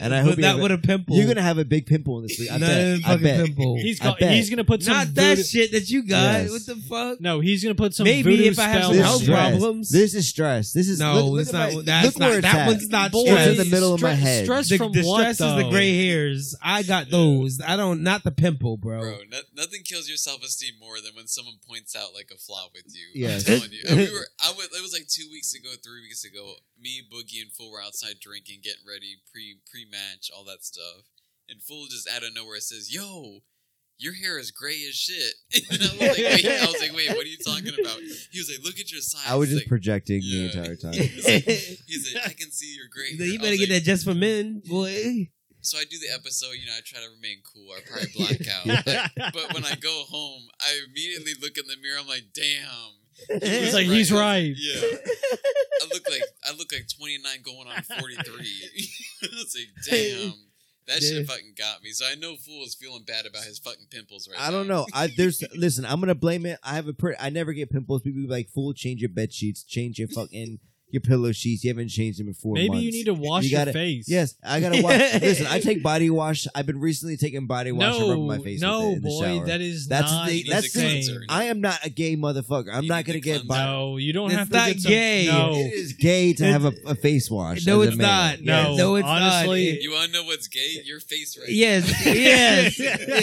And I hope but you not have a- with a pimple. You're gonna have a big pimple in this week. I not bet. a I fucking bet. pimple. he's, I got, bet. he's gonna put some not voodoo- that shit that you got. Yes. What the fuck? No, he's gonna put some Maybe voodoo if I have spell This on some is health it. stress. problems? This is stress. This is No, look- look at it's not. my- that's look where not. it's That at. one's not. Boy, It's in stress. the middle of my stress- head. Stress The, from the what, stress is the though? gray hairs. I got those. I don't. Not the pimple, bro. Bro, no, nothing kills your self esteem more than when someone points out like a flaw with you. Yes. I'm telling you. And we were, I was, it was like two weeks ago, three weeks ago. Me, Boogie, and Fool were outside drinking, getting ready, pre pre match, all that stuff. And Fool just out of nowhere says, "Yo, your hair is gray as shit." And I was like, "Wait," I was like, "Wait, what are you talking about?" He was like, "Look at your sides." I was just like, projecting the Yeah. entire time. you He's like, "I can see your gray." hair." I better was get like- that just for men, boy. So I do the episode. You know, I try to remain cool. I probably black out. But when I go home, I immediately look in the mirror. I'm like, damn. He's like, he's right. Yeah. I look like I look like 29 going on 43. it's like, damn. That Yeah. shit fucking got me. So I know Fool is feeling bad about his fucking pimples right now. I don't know. I there's listen. I'm gonna blame it. I have a pretty. I never get pimples. People be like, "Fool, change your bed sheets. Change your fucking your pillow sheets. You haven't changed them in four Maybe months." you need to wash You gotta- your face. Yes, I gotta wash. listen, I take body wash. I've been recently taking body wash and No, rubbing my face. no, with it in the boy, shower. that is That's not the- the that's the- same. I am not a gay motherfucker. I'm You not gonna need to get cleanse bi- No, you don't It's have to not get some- gay. It No, is gay to have a, a face wash. No, as a it's man. not. no, No, it's not. honestly, You want to know what's gay? Your face right Yes, yes.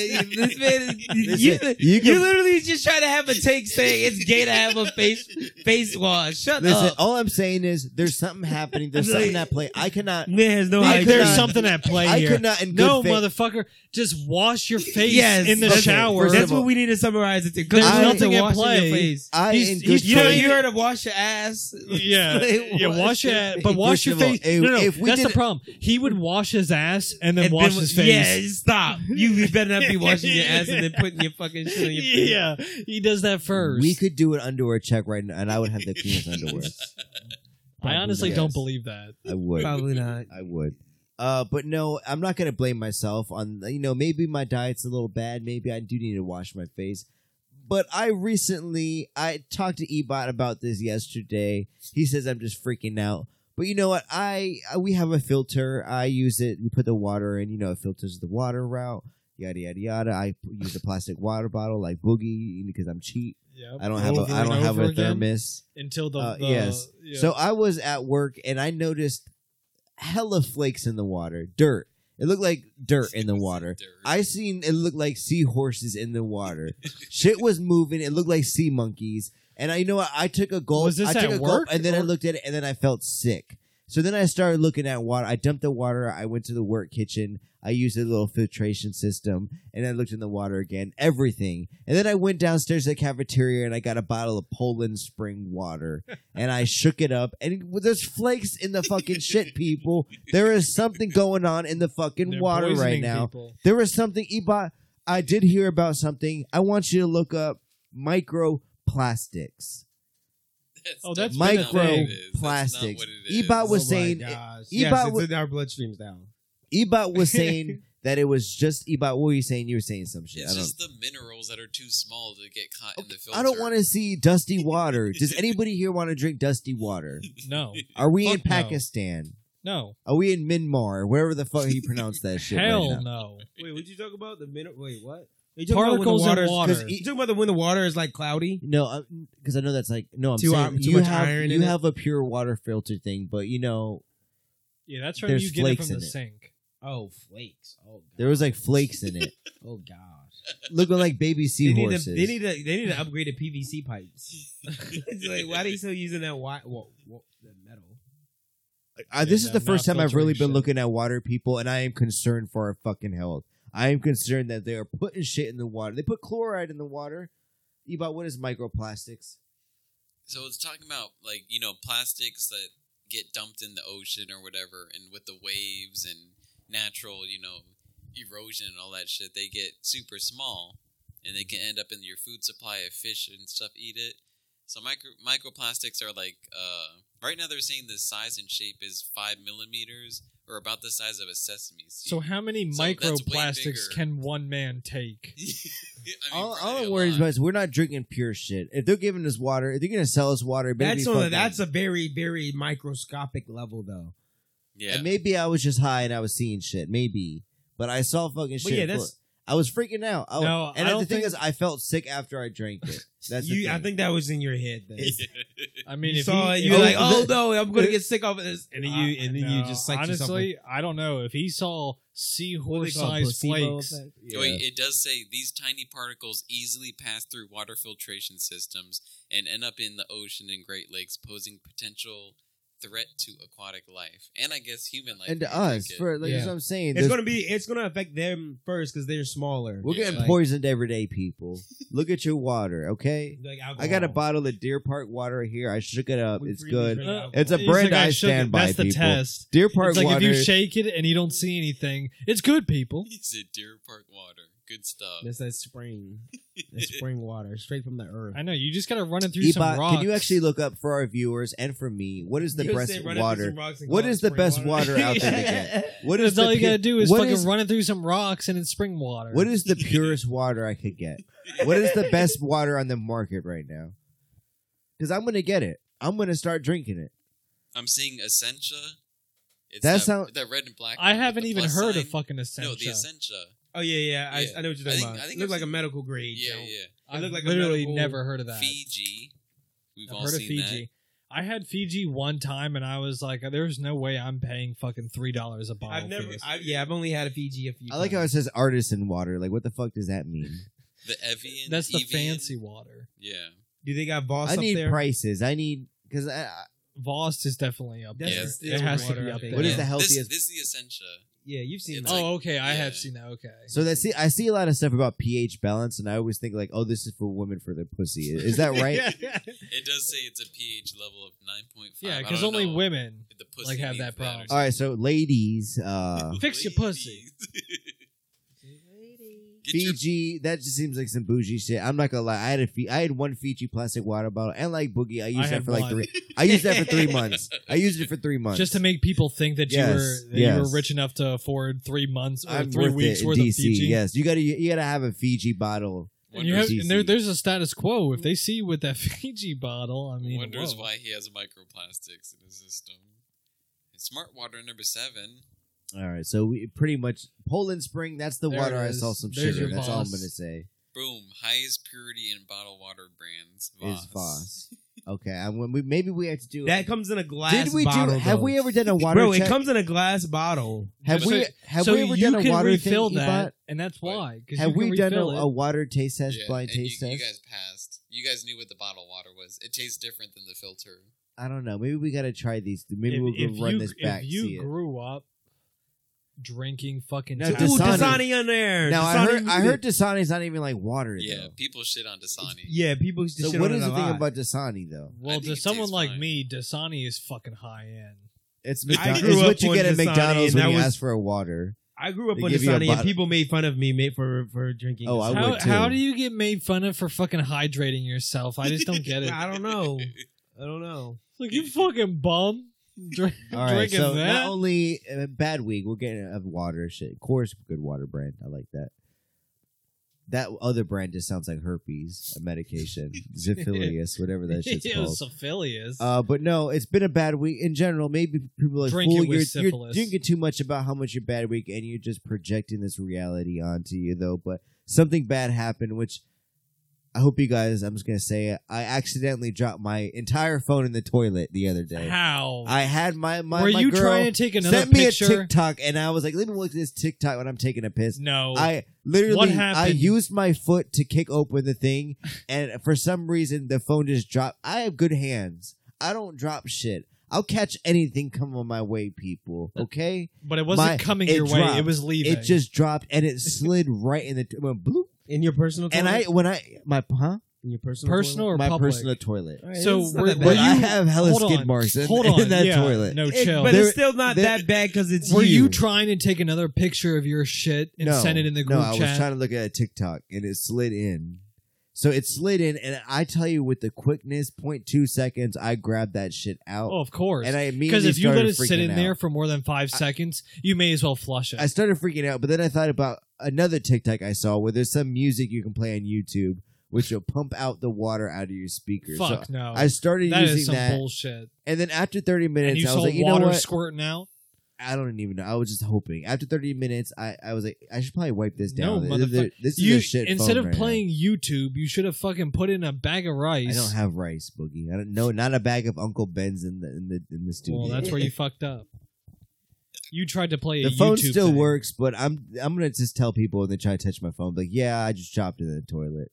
this man, is- you, Listen, you you, can- literally just trying to have a take saying it's gay to have a face face wash. Shut Listen, up. all I'm saying saying is there's something happening. There's something at play. I cannot. There's no I idea. could There's not- something at play I here. could not. In good no, faith- motherfucker, just wash your face Yes, in the okay, shower. first of That's all- what we need to summarize it to. There's I- nothing to at wash in play. Your face. I he's- in good he's- You know, faith- you heard of wash your ass. yeah, Like, yeah. wash Wash your your ass, face. but wash First your of all, face. if- no, no, if we that's the didn't- problem. He would wash his ass and then And wash then- his Yeah, face. stop. You would better not be washing your ass and then putting your fucking shit on your face. Yeah, he does that first. we could do an underwear check right now, and I would have the penis underwear. I Probably, honestly yes. don't believe that. I would. Probably not. I would. Uh, but no, I'm not gonna blame myself on you know maybe my diet's a little bad. Maybe I do need to wash my face. But I recently I talked to Ebot about this yesterday. He says I'm just freaking out. But you know what? I, I we have a filter. I use it. We put the water in. You know, it filters the water route. Yada yada yada. I use a plastic water bottle like Boogie because I'm cheap. Yep. I don't have Over a I and don't have over a again thermos. until the, Uh, the- yes. yeah. So I was at work and I noticed hella flakes in the water, dirt. It looked like dirt in the water. Dirt. I seen it looked like seahorses in the water. Shit was moving. It looked like sea monkeys. And I you know what? I took a gulp. Was this I took at a gulp work and then I or- looked at it and then I felt sick. So then I started looking at water. I dumped the water. I went to the work kitchen. I used a little filtration system and I looked in the water again. Everything. And then I went downstairs to the cafeteria and I got a bottle of Poland spring water and I shook it up. And it- there's flakes in the fucking shit, people. There is something going on in the fucking They're water right poisoning now. people. There was something, Ebot. I did hear about something. I want you to look up microplastics. Oh, that's not been a what it thing. is. That's not Microplastics. what it is. Ebot was Oh my saying- gosh. E- yes, Ebot it's wa- in our bloodstreams now. Ebot was saying that it was just Ebot. What were you saying? You were saying some shit. It's I don't. just the minerals that are too small to get caught in the filter. I don't want to see dusty water. Does anybody here want to drink dusty water? No, Are we in Fuck no. Pakistan? no, Are we in Myanmar? Wherever the fuck you pronounce that shit. hell right now. no. Wait, what'd you talk about? The minute? Wait, what? Are you talking about when the Particles in water's- water. 'cause You talking about the when the water is like cloudy? No, because I know that's like no. I'm Too saying iron- too you much have iron you in it? have a pure water filter thing, but you know Yeah, that's right. There's You get it flakes from the in it. sink. Oh, flakes. Oh, God. there was like flakes in it, oh gosh. looking like baby They need, to, seahorses. they need to they need to upgrade the PVC pipes. it's like why are they still using that why well, the metal? I, this Yeah, is the no, first time I've filtering really been shit. looking at water, people, and I am concerned for our fucking health. I am concerned that they are putting shit in the water. They put chloride in the water. Ebot, what is microplastics? So it's talking about like you know plastics that get dumped in the ocean or whatever, and with the waves and natural you know erosion and all that shit, they get super small, and they can end up in your food supply if fish and stuff eat it. So micro microplastics are like uh, right now they're saying the size and shape is five millimeters or about the size of a sesame seed. So how many So that's way microplastics bigger. can one man take? I mean, all all probably I'm a worried lot. about is we're not drinking pure shit. If they're giving us water, if they're gonna sell us water, it better That's be on a, fucking- that's a very very microscopic level though. yeah. And maybe I was just high and I was seeing shit. Maybe, but I saw fucking But shit. yeah, that's I was freaking out. I, No, and I the don't thing think- is, I felt sick after I drank it. That's the you, I thing. think that was in your head. Though. It's- I mean, you if saw he, it, you were oh, like, oh the- no, I'm gonna get sick off of this, and then you and then you no, just psych honestly, yourself. I don't know if he saw seahorse-sized flakes. Oh, Wait, it does say these tiny particles easily pass through water filtration systems and end up in the ocean and Great Lakes, posing potential threat to aquatic life and I guess human life. and if to you drink us, it. for like that's Yeah. what I'm saying. It's There's- gonna be it's gonna affect them first because they're smaller. We're Yeah. getting Like- poisoned every day, people. Look at your water, okay? Like I got a Oh. alcohol. bottle of Deer Park water here. I shook it up. We it's freely good. drink Uh, alcohol. It's a He's brand like, I shook it. stand by, That's the people. test. Deer Park it's like water. if you shake it and you don't see anything, it's good, people. It's a Deer Park water. Good stuff. That's that spring, that spring water straight from the earth. I know you just got to run it through Ebot, some rocks. can you actually look up for our viewers and for me what is the You best said run it through water? some rocks and What call it is the spring best water out there to get? What is That's all the you pu- gotta do is what fucking is- run it through some rocks and it's spring water. What is the purest water I could get? What is the best water on the market right now? Because I'm gonna get it. I'm gonna start drinking it. I'm seeing Essentia. It's That that, sound- that red and black. I one with haven't the even plus heard sign. of fucking Essentia. No, the Essentia. Oh yeah, yeah. I, Yeah. I know what you're I talking think- about. I think it looked I've like a seen- medical grade. Yeah, you know? yeah. I've looked like a literally medical- never heard of that. Fiji. We've I've all heard of seen Fiji. I had Fiji one time and I was like, there's no way I'm paying fucking three dollars a bottle. Oh, I've for never. this. I, yeah, I've only had a Fiji a few. I like how it times. says artisan water. Like, what the fuck does that mean? that. The Evian. That's the Evian. fancy water. Yeah. Do they got boss I up need there? prices. I need because I, I- Voss is definitely up That's there. the it still has to water be up up there. there. What is Yeah, the This, healthiest- this is the essentia. Yeah, you've seen It's that. like- oh, okay. I have yeah. seen that. Okay. So that see, I see a lot of stuff about pH balance, and I always think like, oh, this is for women for their pussy. Is that right? yeah, It does say it's a pH level of nine point five. yeah, because only know women. if the pussy like, have needs that or problem. All right, so ladies, uh, something. Fix your pussy. Get your- Fiji. That just seems like some bougie shit. I'm not gonna lie. I had a Fi- I had one Fiji plastic water bottle, and like Boogie, I used that had for like one. three. I used that for three months. I used it for three months Just to make people think that you Yes, were that you yes. were rich enough to afford three months or I'm three worth weeks it in worth DC. of Fiji. Yes, you gotta you gotta have a Fiji bottle. And, you have, Wonders and there, DC. there's a status quo. If they see you with that Fiji bottle, I mean, wonders whoa. why he has microplastics in his system. And smart water number seven. All right, so we pretty much Poland Spring. That's the There water it I is. saw some There's sugar. your That's all I'm Voss. gonna say Boom. Highest purity in bottled water brands. is Voss. Okay, I'm, we- maybe we have to do that comes in a glass. Did we bottle, do? Have though. we ever done a water? Bro, check? it comes in a glass bottle. Have So- we have so we ever you done a can water refill thing, that, Ebot? and that's What? why. 'cause Have you can we done a, refill it. a water taste test, Yeah, blind and taste you, test? you guys passed. You guys knew what the bottled water was. It tastes different than the filter. I don't know. Maybe we gotta try these. Maybe if, we'll go if run you, this if back. you see it. grew up drinking fucking No, Ooh, Dasani- Dasani. Dasani on there. Now I Dasani heard I used heard it. Dasani's not even like water. Yeah, Though. people shit on Dasani. Yeah, people used to So shit what on is it a the thing lot. about Dasani though? well, I think to it someone tastes like fine. me, Dasani is fucking high end. It's, I McDo- grew it's what up you on get at Dasani, McDonald's and when that you was- ask for a water. I grew up They on give you a Dasani, and bottle. people made fun of me mate, for for drinking. Oh, I Dasani. would How, too. how do you get made fun of for fucking hydrating yourself? I just don't get it. I don't know. I don't know. like you fucking bum, Drink, All right, drinking so that. not only uh, bad week, we'll get a water shit. Of course, good water brand. I like that. That other brand just sounds like herpes, a medication, Zephilius, whatever that shit's It called. was syphilis. Uh, but no, it's been a bad week in general. Maybe people are like, Drink it "Fool, with you're, you're syphilis." drinking too much about how much your bad week, and you're just projecting this reality onto you, though." But something bad happened, which I hope you guys. I'm just gonna say it. I accidentally dropped my entire phone in the toilet the other day. How I had my my were my you girl trying to take another sent me picture? a TikTok, and I was like, "Let me look at this TikTok when I'm taking a piss." No, I literally What I happened? used my foot to kick open the thing and for some reason the phone just dropped. I have good hands. I don't drop shit. I'll catch anything coming my way, people. Okay? but it wasn't my- coming it your way. dropped. It was leaving. It just dropped and it slid right in the it went bloop. In your personal And I toilet? when I my huh? in your personal personal or my public. personal toilet. Toilet? All right, So it's not were- that But were bad. I you- have hella hold skin on. marks in, Hold on, in that yeah. toilet. No, It- chill. but There- it's still not there- that bad because it's Were you. you trying to take another picture of your shit and send it in the group No, I was chat? trying to look at a TikTok and it slid in. So it slid in, and I tell you, with the quickness, 0.2 seconds, I grabbed that shit out. oh, of course. and I Because immediately if you let started it sit freaking in out. there for more than five seconds, you may as well flush it. I started freaking out, but then I thought about another TikTok I saw where there's some music you can play on YouTube, which will pump out the water out of your speakers. So Fuck no. I started that is using some that, bullshit. and then after 30 And minutes, you I saw was like, you know water what? squirting out? I don't even know. I was just hoping. After 30 minutes, I, I was like, I should probably wipe this No, down. This- motherfucker. this is You a shit. instead phone of right now. playing YouTube, you should have fucking put in a bag of rice. I don't have rice, Boogie. I don't know. Not a bag of Uncle Ben's in the in the in the studio. well, that's where you fucked up. You tried to play a the phone YouTube still thing. works, but I'm I'm gonna just tell people and then try to touch my phone. Like, yeah, I just dropped it in the toilet.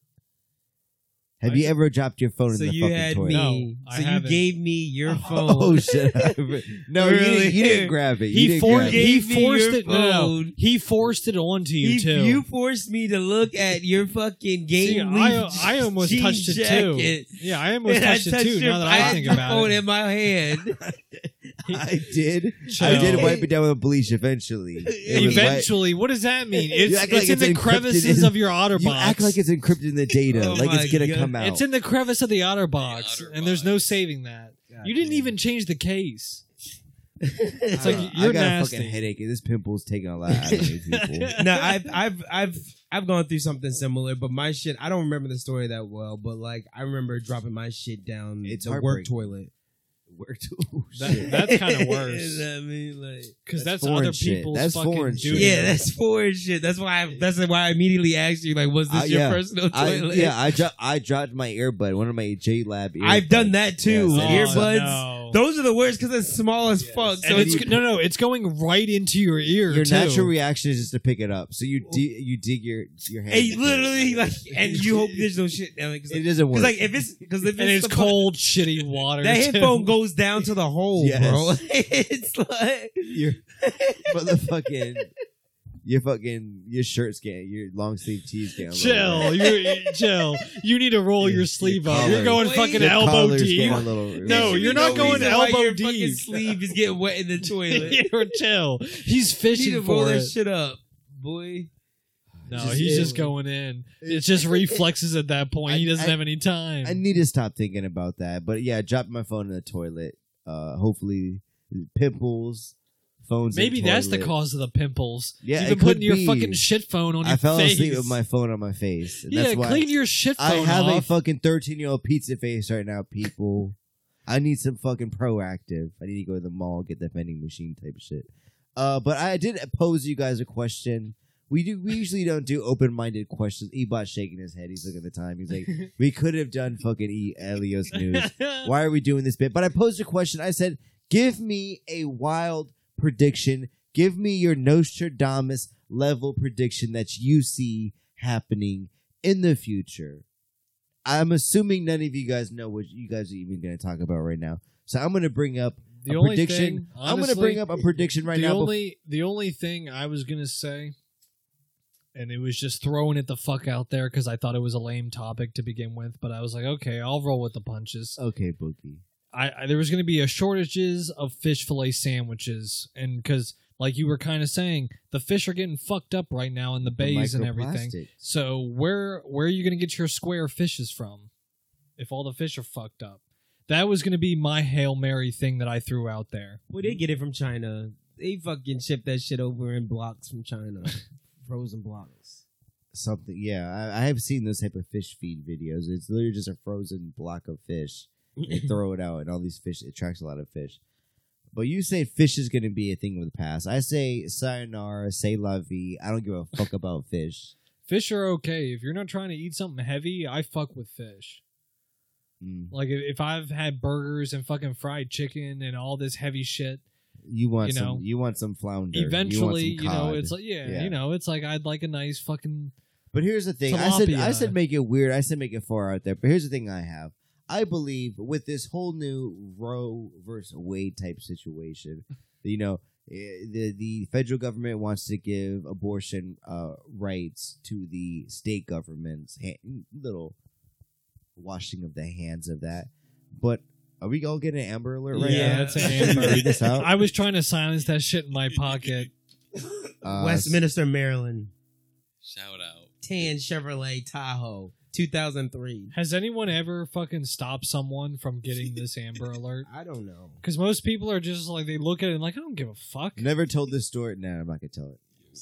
Have I- you ever dropped your phone So in the you fucking had toilet? me. No, I so you haven't. gave me your phone. Oh shit! no, you, Really? didn't, you didn't grab it. You He, didn't for- grab it. he Gave me forced your it. No, no, phone. he forced it onto you You, too. you forced me to look at your fucking game. See, I, I almost touched it too. Yeah, I almost And I touched it touched too. your- Now Oh, that I I had think your about phone it, in my hand. I did. I Chill. did wipe it down with a bleach eventually. It was like- Eventually, what does that mean? It's, act it's like in it's the encrypted crevices in- of your otter you box. act like it's encrypted in the data, Oh like it's my gonna God. come out. It's in the crevice of the otter box, otter and there's no box. saving that. you didn't even change the case. It's like I, you're I got nasty. a fucking headache. This pimple's taking a lot out of me, people. no, I've I've I've I've gone through something similar, but my shit I don't remember the story that well, but like I remember dropping my shit down It's the work heartbreaking. toilet. worked. That- that's kind of worse I mean, like, because That's that's, foreign other shit. people's That's fucking foreign shit. duty. yeah, that's foreign shit. That's why I, that's why I immediately asked you like, was this Uh, your yeah. personal I, toilet? yeah, I dro- I dropped my earbud, one of my J Lab. I've done that too. Yes, Oh, it is. Earbuds. no. Those are the worst because it's small as Yes. fuck. And So it's it's no, no, it's going right into your ear. Your too. natural reaction is just to pick it up. So you di- you dig your your hand. and you literally like, and you hope there's no shit. And like, it doesn't work. Because like if it's because if and it's the fu- cold, shitty water. that too. headphone goes down to the hole, Yes. bro. it's like your motherfucking your fucking your shirt's getting your long sleeve tees getting a little Chill, red. you chill. You need to roll your sleeve up. collar- You're going Wait. fucking Your elbow collar's deep. getting a little No, red. you're not No going reason why elbow your deep. Fucking sleeve is getting wet in the toilet. You're chill. He's you need to fishing for roll that it. shit up, boy. No, Just- he's it- just going in. It's just reflexes at that point. He I- doesn't I- have any time. I need to stop thinking about that. But yeah, I dropped my phone in the toilet. Uh, hopefully, pimples, phones. in Maybe that's the toilet. cause of the pimples. Yeah, You've it been putting could your be. fucking shit phone on I your fell face. asleep with my phone on my face. And yeah, that's why clean your shit I phone have a off. fucking thirteen-year-old pizza face right now, people. I need some fucking proactive. I need to go to the mall, get the vending machine type shit. Uh, but I did pose you guys a question. We do. We usually don't do open-minded questions. Ebot's shaking his head. He's looking at the time. He's like, "We could have done fucking E. Elios news. Why are we doing this bit?" But I posed a question. I said, "Give me a wild prediction. Give me your Nostradamus level prediction that you see happening in the future." I'm assuming none of you guys know what you guys are even going to talk about right now. So I'm going to bring up. the a only prediction- thing, I'm going to honestly, bring up a prediction right the now. only the only thing I was gonna say, and it was just throwing it the fuck out there because I thought it was a lame topic to begin with. But I was like, okay, I'll roll with the punches. bef- okay, Boogie. I, I there was going to be a shortages of fish fillet sandwiches, and because like you were kind of saying, the fish are getting fucked up right now in the The bays and everything. microplastic. So where where are you going to get your square fishes from if all the fish are fucked up? That was going to be my hail mary thing that I threw out there. Well, they get it from China. They fucking ship that shit over in blocks from China, frozen blocks. Something. Yeah, I, I have seen those type of fish feed videos. It's literally just a frozen block of fish. They throw it out, and all these fish. It attracts a lot of fish. But you say fish is going to be a thing of the past. I say sayonara, say la vie. I don't give a fuck about fish. Fish are okay if you're not trying to eat something heavy. I fuck with fish. Mm. Like if, if I've had burgers and fucking fried chicken and all this heavy shit, You want You know, some? You want some flounder? you want eventually some you know cod. it's like yeah, Yeah. you know it's like I'd like a nice fucking But here's the thing. I said I Tilapia. said make it weird. I said make it far out there. But here's the thing I have. I believe with this whole new Roe versus Wade type situation, you know, eh, the the federal government wants to give abortion uh, rights to the state governments. Ha- little washing of the hands of that. But are we all getting an Amber Alert right Yeah, now? that's an Should we Amber. read this out? I was trying to silence that shit in my pocket. Uh, Westminster, Maryland, Shout out. tan Chevrolet Tahoe, 2003. Has anyone ever fucking stopped someone from getting this Amber Alert? I don't know. Because most people are just like they look at it and like I don't give a fuck. Never told this story. No, I'm not gonna tell it.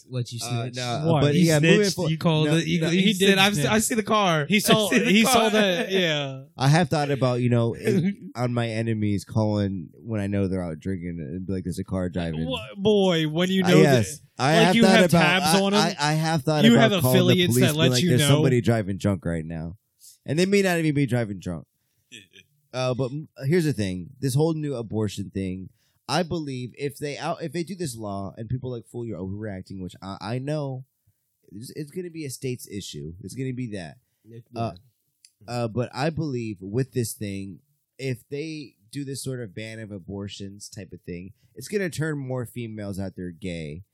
What you Uh, snitch? no, What? but he yeah, moving snitched. forward- You called No, it. You, no, he, he said, did I've, snitch. I see the car. He saw I see the he car. saw that yeah. I have thought about you know if- on my enemies calling when I know they're out drinking and be like there's a car driving. Wha- boy, when you Uh, know yes, I like have you thought have about. tabs I, on 'em. I, I have thought You about have calling the affiliates police. that be let like, you there's know." somebody driving drunk right now, and they may not even be driving drunk. Uh, but m- here's the thing: this whole new abortion thing. I believe if they out if they do this law and people like fool you're overreacting, which I, I know, it's, it's going to be a state's issue. It's going to be that. Uh, Uh, but I believe with this thing, if they do this sort of ban of abortions type of thing, it's going to turn more females out there gay.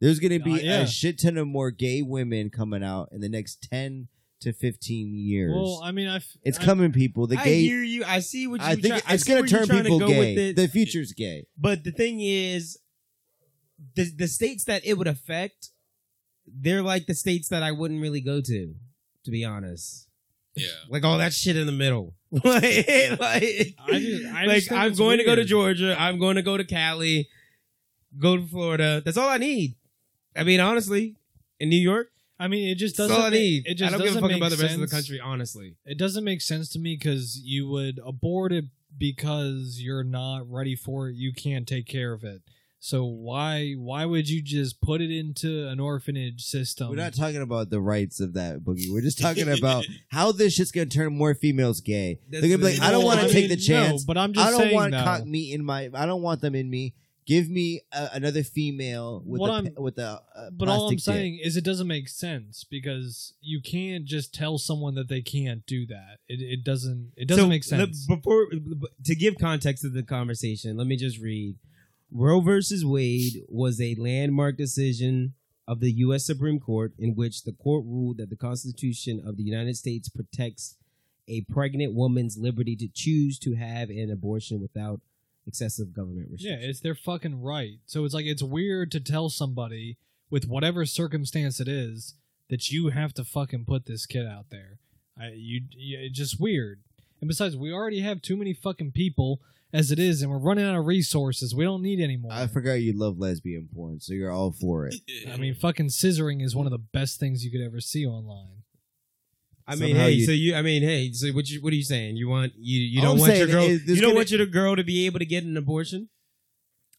There's going to be Uh, yeah. a shit ton of more gay women coming out in the next 10 to 15 that. years. Well, I mean, I f- it's I- coming, people. The I gay. hear you. I see what you. I think try- it's see going where to you're turn trying people go gay. with it. The future's gay. But the thing is, the the states that it would affect, they're like the states that I wouldn't really go to, to be honest. Yeah. Like all that shit in the middle. like, like, I just- I like, just think I'm it's going to go to weird. Georgia. I'm going to go to Cali. Go to Florida. That's all I need. I mean, honestly, in New York, I mean, it just that's doesn't. all I make- need. It just I don't give a doesn't fuck make about the rest of the sense. country, honestly. It doesn't make sense to me because you would abort it because you're not ready for it. You can't take care of it. So why why would you just put it into an orphanage system? We're not Um, talking about the rights of that boogie. We're just talking about how this shit's gonna turn more females gay. That's They're gonna be like, the- I don't No, want I to mean, take the no, chance. but I'm just I don't saying want though, cock meat in my. I don't want them in me. Give me a, another female with What a, I'm- pe- with a. a But all I'm plastic dick. saying is it doesn't make sense because you can't just tell someone that they can't do that. It, it doesn't it doesn't So, make le- sense. before to give context to the conversation, let me just read. Roe versus Wade was a landmark decision of the U.S. Supreme Court in which the court ruled that the Constitution of the United States protects a pregnant woman's liberty to choose to have an abortion without excessive government yeah, restrictions. it's their fucking right. So it's like it's weird to tell somebody with whatever circumstance it is that you have to fucking put this kid out there. I you, you it's just weird. And besides, we already have too many fucking people as it is, and we're running out of resources. We don't need any more. I forgot you love lesbian porn, so you're all for it. I mean, fucking scissoring is one of the best things you could ever see online. I mean, Somehow hey, you- so you, I mean, hey, so what you, what are you saying? You want you, you All don't I'm want your saying girl, is this you don't gonna- want your girl to be able to get an abortion?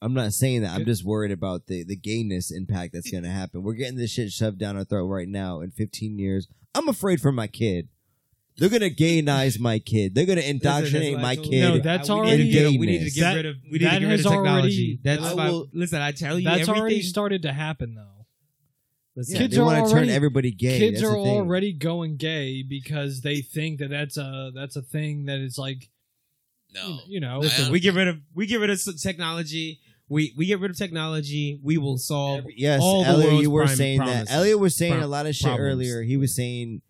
I'm not saying that. I'm Good. just worried about the the gayness impact that's gonna happen. We're getting this shit shoved down our throat right now. In 15 years, I'm afraid for my kid. They're gonna gaynize my kid. They're gonna indoctrinate my kid. No, that's we need to already- get- we need to get That- rid of. We need to that get rid of has technology. already- That's I why. will- Listen, I tell you, That's everything, already started to happen though. Yeah, Listen, kids they are want to turn already- everybody gay. Kids that's are the thing. already going gay because they think that that's a that's a thing that is like no. you know. Listen, we get rid of. We get rid of s- technology. We we get rid of technology. We will solve. Yes, all the Elliot, world's you were prime saying promises. that. Elliot was saying Prom- a lot of shit problems. earlier. He was saying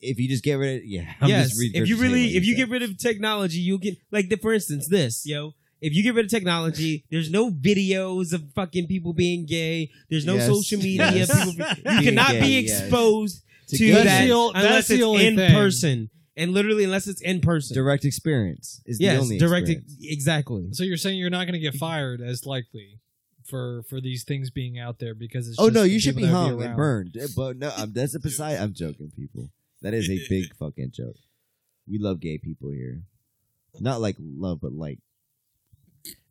if you just get rid of yeah, I'm yes, just if you regurgitating really, what if you said. get rid of technology, you can like the, for instance, this yo. If you get rid of technology, there's no videos of fucking people being gay. There's no Yes. social media. Yes. People, you Being cannot gay, be yes. exposed To to get that it. the ol- unless that's the it's only in thing. person. And literally, unless it's in person. direct experience is the yes, only direct. e, experience. Exactly. So you're saying you're not going to get fired as likely for for these things being out there because it's Oh just no, the you should people be that would hung and around. burned. Eh, But no, I'm, that's a beside. I'm joking, people. That is a big fucking joke. We love gay people here. Not like love, but like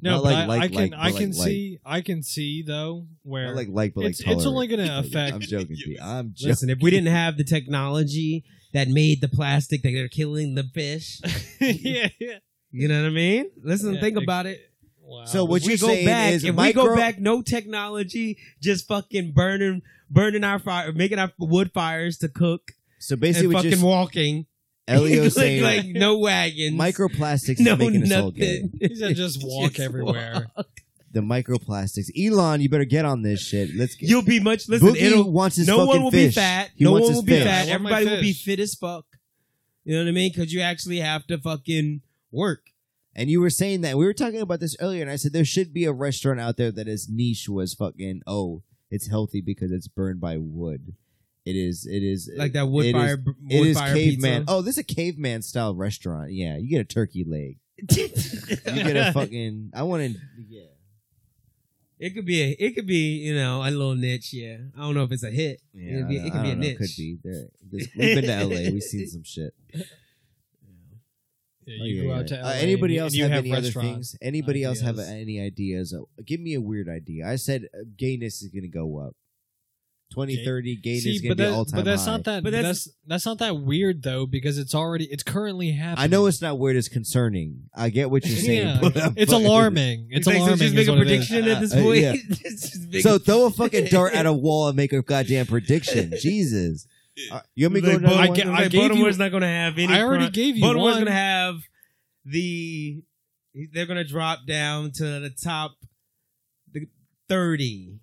No, Not but like I, like, I can like, but I can like, like. see I can see though where not like like, but like it's it's tolerant. only going to I'm affect. joking. Pete. I'm joking. Listen, if we didn't have the technology that made the plastic that they're killing the fish, yeah, yeah. you know what I mean? Listen, Yeah, think ex- about it. Wow. So what If you we go saying back, is if my we go girl- back, no technology, just fucking burning, burning our fire, making our wood fires to cook, So basically, and we're fucking just walking. Elio like, saying like no wagons, microplastics no is making us all gay. nothing. He said just walk Just everywhere. walk. the microplastics. Elon, you better get on this shit. Let's get. You'll be much. Listen, it'll, Boogie wants his no fucking one will fish. be fat. He no wants one his will be fish. I want fat. my Everybody will be fish. fit as fuck. You know what I mean? Because you actually have to fucking work. And you were saying that we were talking about this earlier, and I said there should be a restaurant out there that is niche was fucking oh, it's healthy because it's burned by wood. It is. It is Like that wood it fire. is- wood It is fire caveman. Pizza. Oh, this is a caveman style restaurant. Yeah, you get a turkey leg. You get a fucking. I want to. Yeah. it could be. A, it could be. You know, a little niche. Yeah, I don't know if it's a hit. Yeah, It'd be- I it don't- could be I a don't know. It niche. Could be. There- this- We've been to LA. We've seen some shit. Yeah, you Oh, go yeah, out yeah. to Uh, LA anybody and, Uh, else and you have, have any other restaurants. things? Anybody else have ideas? any ideas? Uh, Give me a weird idea. I said uh, gayness is going to go up. Gay- 2030 gayness See, is going to but be that- all time But that's not that. But But that's- that's, that's not that weird though, because it's already it's currently happening. I know it's not weird. It's concerning. I get what you're saying. Yeah. but I'm It's fucking- alarming. It's You think so? alarming. Just is make a what it is. prediction at this Uh, uh, point. yeah. Just make So a- throw a fucking dart at a wall and make a goddamn prediction. Jesus. Uh, you want me to go Like, another Bal- one? I get- like, I gave you- Baltimore's not going to have any. I already crime. gave you Baltimore's one. going to have the. They're going to drop down to the top, the thirty.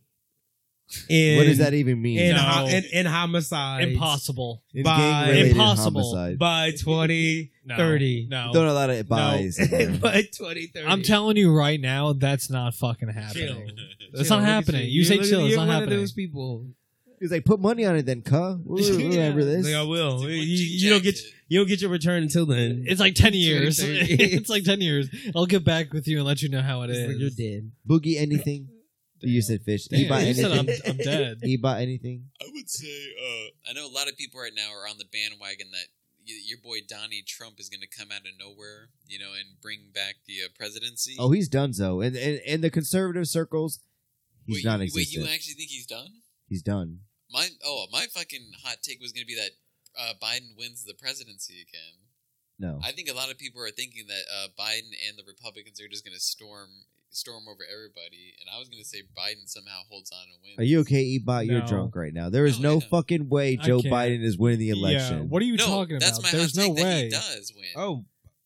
In, what does that even mean? In, No. ho- in, in homicides, Impossible. In by- gang-related Impossible. homicide. by twenty No, thirty. No. Don't allow it buys. in there. by twenty thirty. I'm telling you right now, that's not fucking happening. That's Chill, not look at happening. You say look at- chill, it's You're not one happening. of those people. He's like, put money on it then, cuh. We'll Yeah. Remember this. Like, I will. You, Once you don't get jacked it, you don't get your return until then. It's like ten years. 2030. it's like ten years. I'll get back with you and let you know how it It's like you're is. dead. Boogie, anything? You said fish. Damn, you buy you said I'm, anything? I'm dead. You buy anything? I would say uh, I know a lot of people right now are on the bandwagon that y- your boy Donnie Trump is going to come out of nowhere, you know, and bring back the uh, presidency. Oh, he's done so. And in, in the conservative circles, he's wait, not you- wait, existent. you actually think he's done? he's done. My oh, my fucking hot take was going to be that uh, Biden wins the presidency again. No. I think a lot of people are thinking that uh, Biden and the Republicans are just going to storm storm over everybody, and I was going to say Biden somehow holds on and wins. Are you okay, Ebot? You're No. drunk right now. There is No, no, yeah. fucking way I Joe can't. Biden is winning the election. Yeah, what are you no, talking that's about? my There's hot no take that he way. does win. Oh,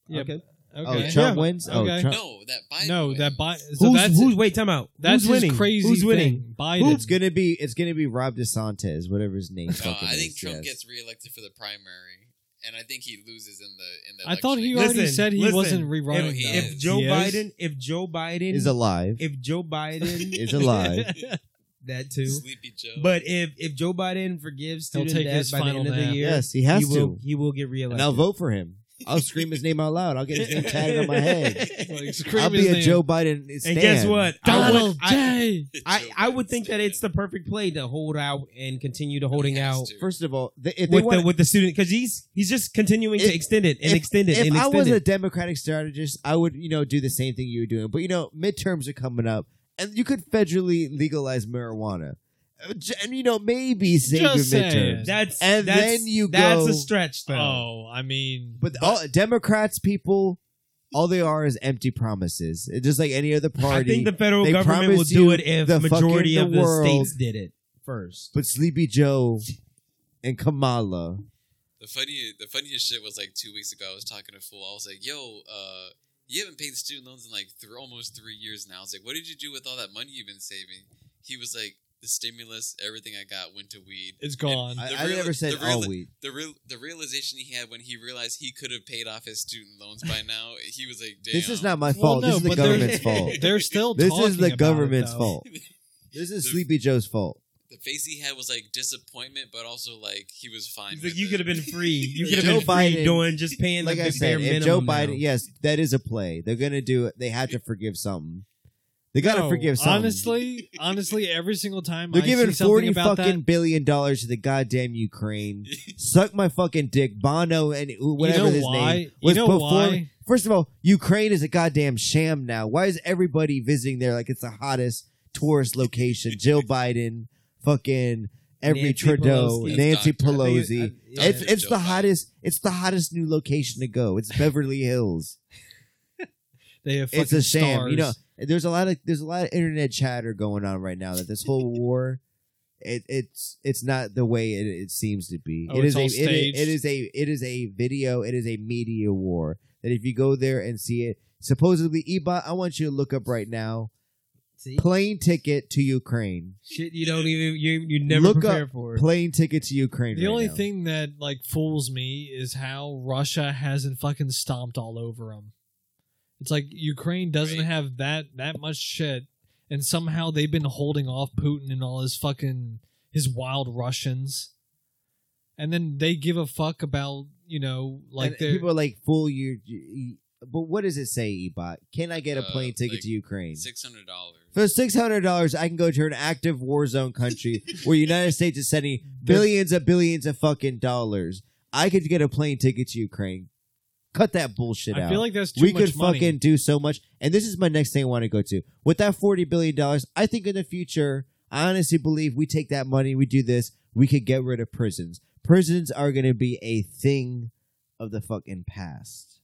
Yeah, okay. Oh, Okay. Trump Yeah. wins. Oh, Okay. Trump. No, that Biden. No, that wins. Biden. So who's, that's who's wait? Time out. that's who's his winning? crazy who's winning? thing. Biden. It's gonna be it's gonna be Rob DeSantis, whatever his name. No, fucking Uh, I is, think Trump yes. gets reelected for the primary, and I think he loses in the in the. I thought he election. already Listen, said he listen, wasn't rerunning. No, If, he though. is. if Joe He is? Biden, if Joe Biden is alive. if Joe Biden Is alive. that too. Sleepy Joe. But if if Joe Biden forgives He'll student take debt his by the final end of the nap. year, yes, he has he to. will he will get reelected. and I'll vote for him. I'll scream his name out loud. I'll get his name tagged on my head. Like, scream I'll be his a name. Joe Biden. And Stand. guess what? I would, Donald I, J. I, Joe I Biden would think that statement. it's the perfect play to hold out and continue to He holding has out to. First of all, th- if they with want the with the student because he's he's just continuing If- to extend it and if- extend it if and I extend was it. a Democratic strategist, I would, you know, do the same thing you were doing. But you know, midterms are coming up, and you could federally legalize marijuana, Uh, j- and you know, maybe save your Just saying. midterms. That's And that's, then you that's go- a stretch though. Oh, I mean, But, all, Democrats, people, all they are is empty promises. It's just like any other I party. think the federal they government will promise you do it if the the fucking majority the of the world. states did it first. but Sleepy Joe and Kamala. The funny, the funniest shit was like two weeks ago. I was talking to Fool. I was like, "Yo, uh, you haven't paid student loans in like th- almost three years now." I was like, "What did you do with all that money you've been saving?" He was like, "The stimulus, everything I got went to weed." it's gone. I, The I real- never said the real- all weed. The real, the realization he had when he realized he could have paid off his student loans by now. He was like, "Damn." This is not my Well, fault. no, this is the but they're- government's fault. They're still. This talking is the about it, government's though. fault. This is The- Sleepy Joe's fault. the face he had was like disappointment, but also like he was fine. He's like, with you it." could have been free. You could have Joe been Biden- free doing just paying Like the I bare said, if minimum. Joe now. Biden, yes, that is a play. They're gonna do it. They had to forgive something. They gotta No, forgive something. Honestly, honestly, every single time They're I giving see something forty about fucking that, billion dollars to the goddamn Ukraine. Suck my fucking dick, Bono, and whatever you know his why? name was you know before. why? First of all, Ukraine is a goddamn sham now. Why is everybody visiting there like it's the hottest tourist location? Jill Biden, fucking every Nancy Trudeau, Pelosi. Nancy That's Dr. I think- Pelosi. I- It's Dr. it's Jill the Biden. hottest. It's the hottest new location to go. It's Beverly Hills. They have fucking it's a sham. Stars. You know, there's a lot of there's a lot of internet chatter going on right now that this whole war, it, it's it's not the way it, it seems to be. Oh, it is it's a all it, is- it staged. is a it is a video. It is a media war. That if you go there and see it, supposedly Ebot, I want you to look up right now. See? Plane ticket to Ukraine. Shit, you don't even you you never Look prepare for. it. Plane ticket to Ukraine. the right only now. thing that like fools me is how Russia hasn't fucking stomped all over them. It's like Ukraine doesn't Right. have that that much shit, and somehow they've been holding off Putin and all his fucking his wild Russians, and then they give a fuck about you know like like people people. are like, fool you. you- But what does it say, Ebot? Can I get a Uh, plane ticket like to Ukraine? Six hundred dollars. For six hundred dollars, I can go to an active war zone country where the United States is sending billions of billions of fucking dollars. I could get a plane ticket to Ukraine. Cut that bullshit I out. feel like that's too we much could money. fucking do so much. And this is my next thing I want to go to. With that forty billion dollars, I think in the future, I honestly believe we take that money, we do this, we could get rid of prisons. Prisons are going to be a thing of the fucking past.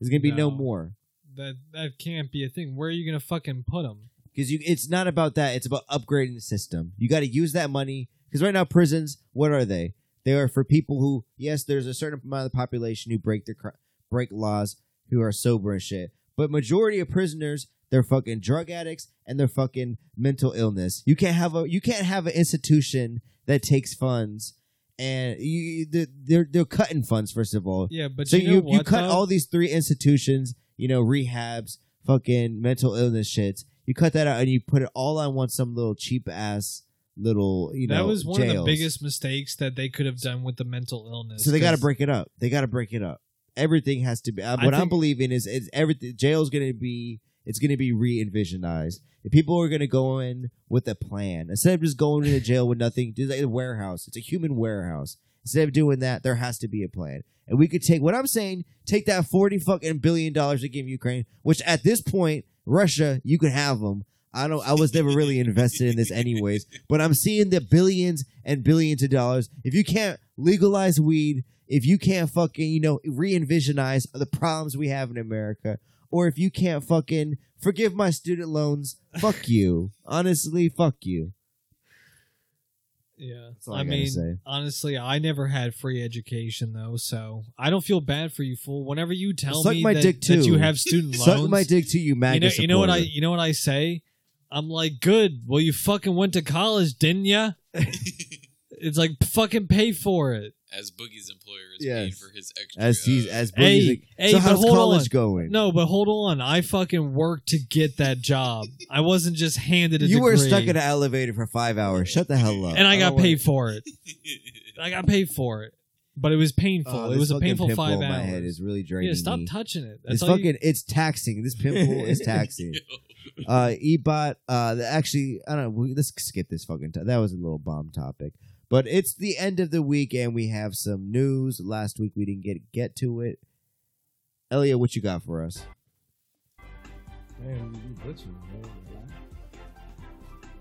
There's going to be no No. more. that that can't be a thing. Where are you gonna fucking put them? because you it's not about that it's about upgrading the system you got to use that money because right now prisons what are they they are for people who yes there's a certain amount of the population who break their cr- break laws who are sober and shit but majority of prisoners they're fucking drug addicts and they're fucking mental illness you can't have a you can't have an institution that takes funds and you they're they're, they're cutting funds first of all Yeah, but so you, you, know you, what, cut though? all these three institutions, you know, rehabs, fucking mental illness shits. You cut that out and you put it all on one some little cheap ass little you know. that was one of the jails. biggest mistakes that they could have done with the mental illness. So they got to 'cause- break it up. They got to break it up. Everything has to be. Uh, I what I'm think- believing is, is everything. Jail's going to be. It's going to be re-envisionized. If people are going to go in with a plan instead of just going into jail with nothing, just like a warehouse. It's a human warehouse. Instead of doing that, there has to be a plan. And we could take what I'm saying, take that 40 fucking billion dollars to give Ukraine, which at this point, Russia, you could have them. I don't I was never really invested in this anyways, but I'm seeing the billions and billions of dollars. If you can't legalize weed, if you can't fucking, you know, re-envisionize the problems we have in America, or if you can't fucking forgive my student loans, fuck you. Honestly, fuck you. Yeah. That's all I, I gotta mean, say. honestly, I never had free education though, so I don't feel bad for you, fool. Whenever you tell Suck me my that, dick, that too. you have student Suck loans, my dick to you, you know, Magnus. you know what I, you know what I say? I'm like, good. Well, you fucking went to college, didn't ya? it's like fucking pay for it. as Boogie's employer is paying Yes. for his extra. as he's uh, as big Hey, as like, hey, so but how's hold college on. going? No, but hold on. I fucking worked to get that job. I wasn't just handed a you degree. were stuck Oh, in an elevator for five hours. Shut the hell up. and I got don't paid for it. I got paid for it, but it was painful. wanna- Oh, it this was a fucking painful pimple five on My hours. head is really draining yeah, stop me. touching it. That's It's all you- fucking. It's taxing. This pimple is taxing. Uh, Ebot. Uh, the- actually, I don't know. we- Let's skip this fucking. To- that was a little bomb topic. But it's the end of the week, and we have some news. Last week we didn't get get to it. Elliot, what you got for us?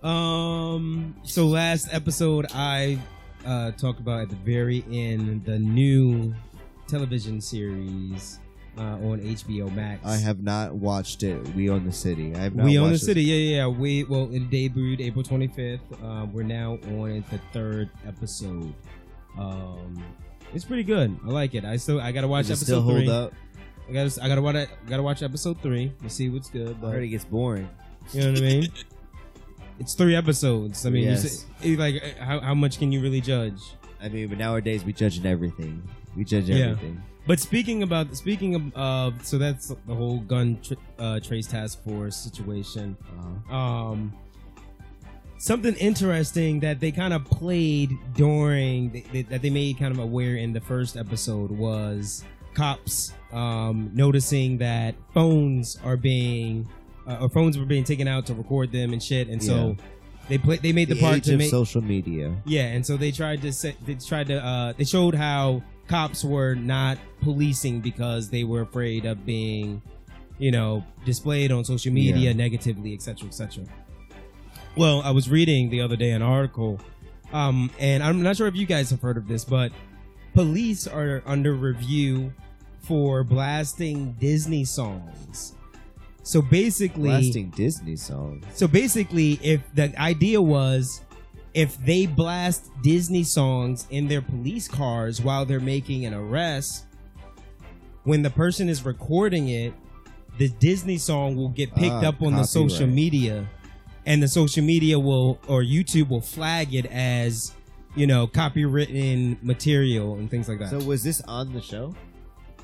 Um. So last episode, I uh, talked about at the very end the new television series uh, on HBO Max. I have not watched it. We own the city. I have not. We own the watched it. city. Yeah, yeah, yeah. We well, it debuted April 25th. Uh, we're now on the third episode. Um, it's pretty good. I like it. I still I gotta watch Does it still episode hold three. up. I gotta I gotta watch gotta watch episode three to see what's good. I But heard it gets boring. You know what I mean? It's three episodes. I mean, you Yes. s- it- like uh, how, how much can you really judge? I mean, but nowadays we judging everything. We judge Yeah. everything. But speaking about speaking of, uh, so that's the whole gun tr- uh, trace task force situation. Uh-huh. Um, something interesting that they kind of played during th- th- that they made kind of aware in the first episode was cops um, noticing that phones are being uh, or phones were being taken out to record them and shit, and so they play they made the, the part age to of make social media. Yeah, and so they tried to set, they tried to uh, they showed how cops were not policing because they were afraid of being, you know, displayed on social media negatively, et cetera, et cetera. Well, I was reading the other day an article, um, and I'm not sure if you guys have heard of this, but police are under review for blasting Disney songs. So basically, Blasting Disney songs. so basically, if the idea was if they blast Disney songs in their police cars while they're making an arrest, when the person is recording it, the Disney song will get picked Ah, up on the social copyright. media and the social media will or YouTube will flag it as, you know, copywritten material and things like that. So was this on the show?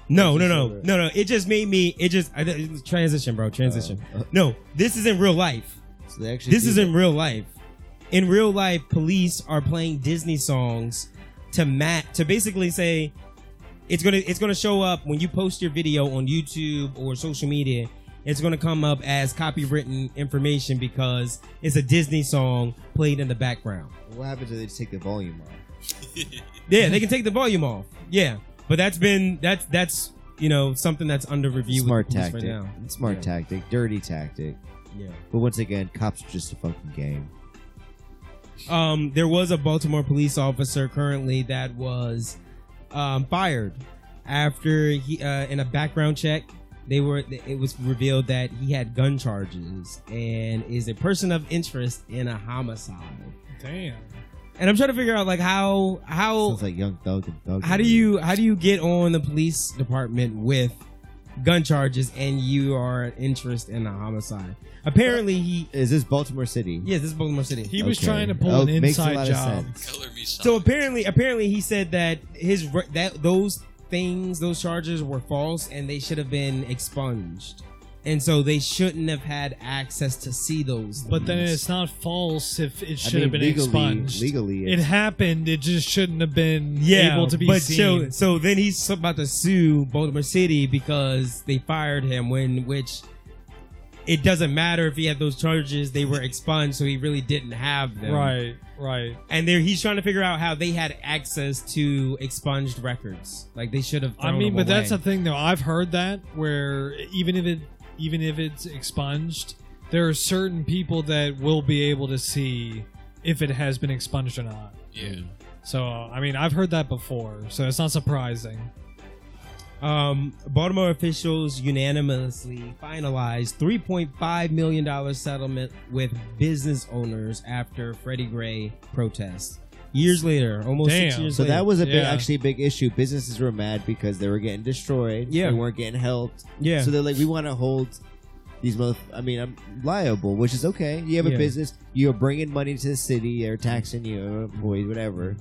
No, Or no, just no, over it? no, no. It just made me. It just I, it- transition, bro. Transition. Oh. Uh, No, this is in real life. so they actually This do is in that. real life. In real life, police are playing Disney songs to mat to basically say it's gonna it's gonna show up when you post your video on YouTube or social media. It's gonna come up as copywritten information because it's a Disney song played in the background. What happens if they just take the volume off? Yeah, they can take the volume off. Yeah, but that's been that's that's you know something that's under review. with Smart the police tactic. Right now. Smart Yeah. tactic. Dirty tactic. Yeah. But once again, cops are just a fucking game. um, there was a Baltimore police officer currently that was um, fired after he uh, in a background check. They were. It was revealed that he had gun charges and is a person of interest in a homicide. Damn. And I'm trying to figure out like how how Sounds like Young Thug and Thug. how do you how do you get on the police department with gun charges and you are an interest in a homicide? Apparently, he Is this Baltimore City? yes, this is Baltimore City. He was Okay. trying to pull Oh, an makes a inside lot of job. sense. Color me shocked. So apparently, apparently he said that his re- that those things, those charges were false, and they should have been expunged, and so they shouldn't have had access to see those. But then things. it's not false if it Mm. I should have mean, been legally, expunged. Legally, It it's- happened. It just shouldn't have been yeah, able to be but so seen. so then he's about to sue Baltimore City because they fired him when which. it doesn't matter if he had those charges; they were expunged, so he really didn't have them. Right, right. And there, he's trying to figure out how they had access to expunged records. Like they should have. I thrown mean, them but that's away. the thing though. I've heard that where even if it even if it's expunged, there are certain people that will be able to see if it has been expunged or not. Yeah. So I mean, I've heard that before, so it's not surprising. Um, Baltimore officials unanimously finalized $3.5 million settlement with business owners after Freddie Gray protest. Years later, almost six Damn. years So later. that was a big, Yeah. actually a big issue. Businesses were mad because they were getting destroyed. Yeah. they weren't getting helped. yeah. So they're like, we want to hold these mother. I mean, I'm liable, which is okay. You have Yeah. a business. You're bringing money to the city. They're taxing you, employees, whatever.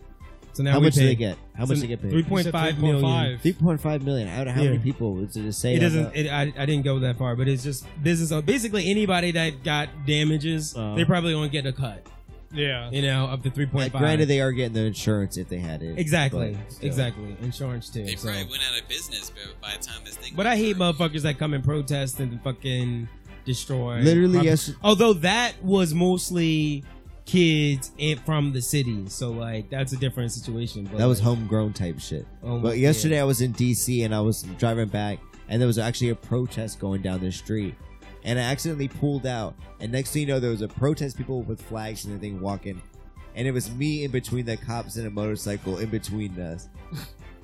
so now how we much pay, do they get? How much do so they get paid? three point- 0.5 million. 3.5. Three point five million. I don't know how Yeah. many people was it to say. It on doesn't. the- It, I, I didn't go that far, but it's just business. own- Basically, anybody that got damages, Uh-huh. they probably won't get a cut. Yeah. You know, up to three point Like, five. granted, they are getting their insurance if they had it. exactly, but still. exactly. Insurance too. They so. probably went out of business by, by the time this thing. But I hate motherfuckers that come and protest and fucking destroy. Literally, property. yes. Although that was mostly kids and from the city, so like that's a different situation. But That was like, homegrown type shit. oh, But yeah. yesterday I was in DC and I was driving back and there was actually a protest going down the street. And I accidentally pulled out and next thing you know there was a protest people with flags and everything walking. And it was me in between the cops and a motorcycle in between us.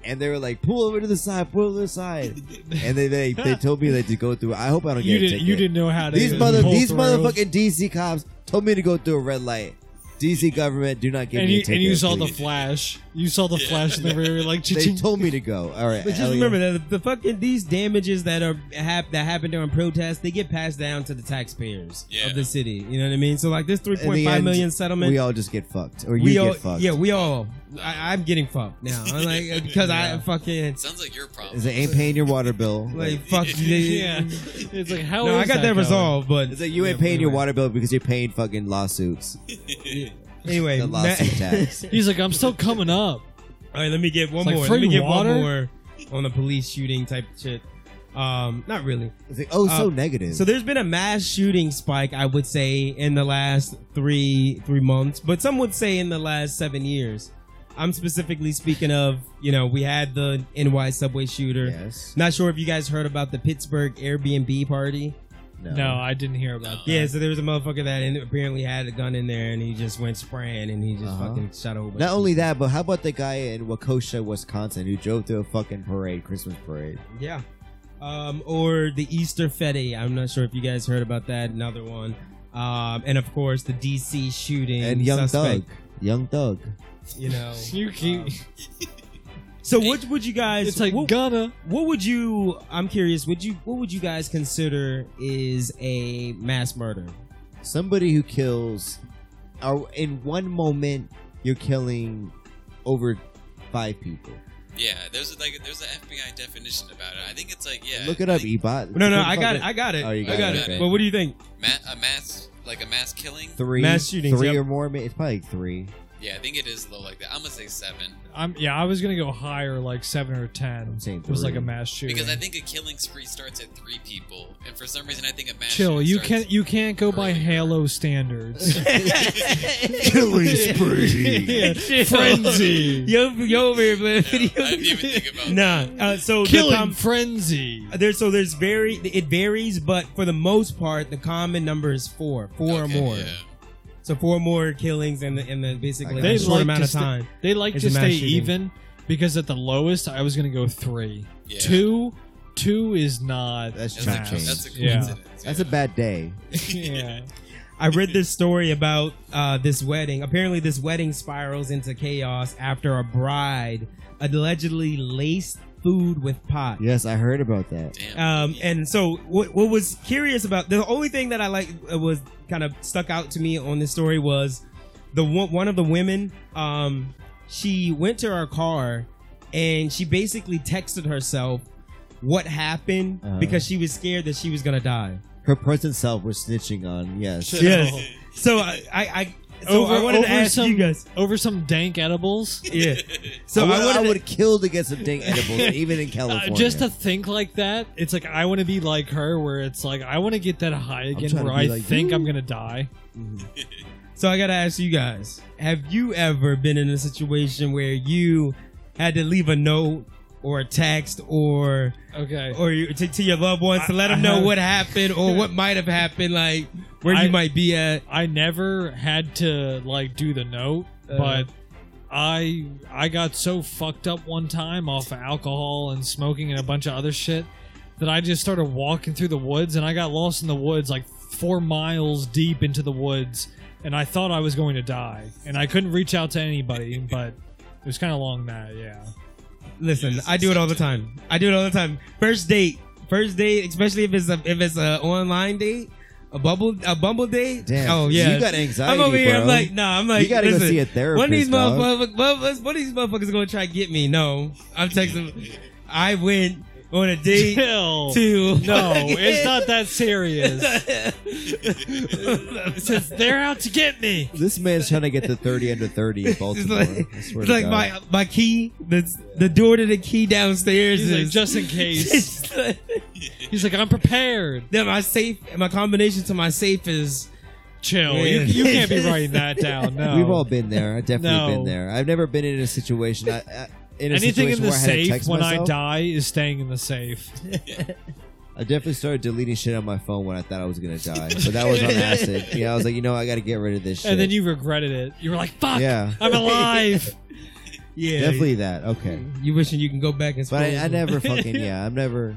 And they were like, pull over to the side, pull over to the side. And they they, they told me like to go through. I hope I don't get you a didn't. ticket. You didn't know how to. these even mother pull these through. motherfucking DC cops told me to go through a red light. DC government, do not give And me you, a ticket. and you saw the please. flash. You saw the Yeah. flash in the rear, like They told me to go. All right. But just Elliot. remember that the fucking these damages that are hap- that happen during protests, they get passed down to the taxpayers Yeah. of the city. You know what I mean? So like this three In point the five end, million settlement. We all just get fucked, or you we get all- fucked. yeah, we all. I, I'm getting fucked now. I'm like because I Yeah. fucking Sounds like your problem. is it ain't paying your water bill? like fuck. yeah. It's like how? No, I is got that, going? resolved, but it's like you ain't Yeah, paying your anyway. water bill because you're paying fucking lawsuits. Anyway, The lawsuit Ma- tax. He's like, I'm still coming up. All right, let me get one It's like more. let free me get one water? more on the police shooting type shit. Um, not really. It's like oh, so Uh, negative. So there's been a mass shooting spike, I would say, in the last three three months, but some would say in the last seven years. I'm specifically speaking of, you know, we had the NY subway shooter. yes, Not sure if you guys heard about the Pittsburgh Airbnb party. no, No, I didn't hear about that. Yeah, so there was a motherfucker that in- apparently had a gun in there, and he just went spraying, and he just Uh-huh. fucking shot over. Not only that, but how about the guy in Wakosha, Wisconsin, who drove through a fucking parade, Christmas parade? Yeah. Um, or the Easter Fete. I'm not sure if you guys heard about that. Another one. Um, and of course, the DC shooting And Young Thug, suspect, Young Thug. You know. You keep. Um, so what would you guys? it's like what, gonna. what would you? I'm curious. Would you? What would you guys consider is a mass murder? Somebody who kills, or in one moment you're killing over five people. Yeah, there's a, like there's an FBI definition about it. I think it's like yeah. Look it I up, think Ebot. No, no, I got it. I got it. Oh, you I got got it, it. okay. But what do you think? ma- a mass like a mass killing. three Mass shootings, three yep. or more. ma- It's probably like three. Yeah, I think it is low like that. I'm gonna say seven I'm yeah. I was gonna go higher, like seven or ten. I'm saying It was like a three. mass shooting. because I think a killing spree starts at three people, and for some reason I think a mass Chill. shooting You starts- can't. You can't go by earlier. Halo standards. Killing Yeah. Frenzy. Yo, yo, over here playing Yeah, video. I didn't even think about Nah. Uh, so the Killing com- frenzy. there so there's very it varies but for the most part the common number is four four or Okay, more Yeah. so four or more killings in the in the basically They a short like amount to of st- time They like It's to a mass stay shooting. even because at the lowest I was gonna go three. yeah. Two, two is not. That's Mass. That's, a, mass. challenging. that's a Yeah. coincidence. That's a bad day. yeah. i read this story about uh, this wedding apparently this wedding spirals into chaos after a bride allegedly laced food with pot Yes, I heard about that. Damn. Um, and so what, what was curious about the only thing that I like uh, was kind of stuck out to me on this story was the one, one of the women, um, she went to her car and she basically texted herself what happened Uh-huh. because she was scared that she was going to die. Her present self was snitching on. Yes, Shit. Yes. So I, I, I So Over- I wanted to over ask some- you guys. over some dank edibles. Yeah. So I So I, would, I wanted to- would kill to get some dang edibles, even in California. Uh, just to think like that, it's like I want to be like her, where it's like I want to get that high again, trying to where be I like think you. I'm gonna die. So I gotta ask you guys: Have you ever been in a situation where you had to leave a note or a text or Okay, or you, to, to your loved ones to let I- them I know have- what happened or what might have happened, like where you I- might be at? I never had to like do the note, Uh. but I I got so fucked up one time off of alcohol and smoking and a bunch of other shit that I just started walking through the woods and I got lost in the woods like four miles deep into the woods and I thought I was going to die and I couldn't reach out to anybody, but it was kind of long that yeah. Listen, Yes, I do it all the time. I do it all the time. First date, first date, especially if it's a if it's a online date, a bubble a bumble date. Damn. oh yeah, You got anxiety. I'm over here. bro. I'm like, nah. I'm like, you gotta go listen, see a therapist. One of these dog. motherfuckers, motherfuckers- one of these motherfuckers gonna try to get me. No, I'm texting. I went on a date Chill. to. No, it's not that serious. it's Since they're out to get me. This man's trying to get to 30 under 30 in Baltimore. like, I swear it's to like God. my my key. The the door to the key downstairs He's like, is just in case. It's like- He's like, I'm prepared. then my safe, my combination to my safe is Chill. Yeah. You, you can't be writing that down. No. We've all been there. I've definitely No. been there. I've never been in a situation. I, I, in a Anything situation in the where I had to safe text when I myself. die is staying in the safe. I definitely started deleting shit on my phone when I thought I was gonna die, but that was on acid. Yeah, I was like, you know, I got to get rid of this shit. And then you regretted it. You were like, fuck, yeah, I'm alive. yeah, definitely that. Okay, You wishing you can go back and. but I, I scroll. never fucking yeah. I'm never.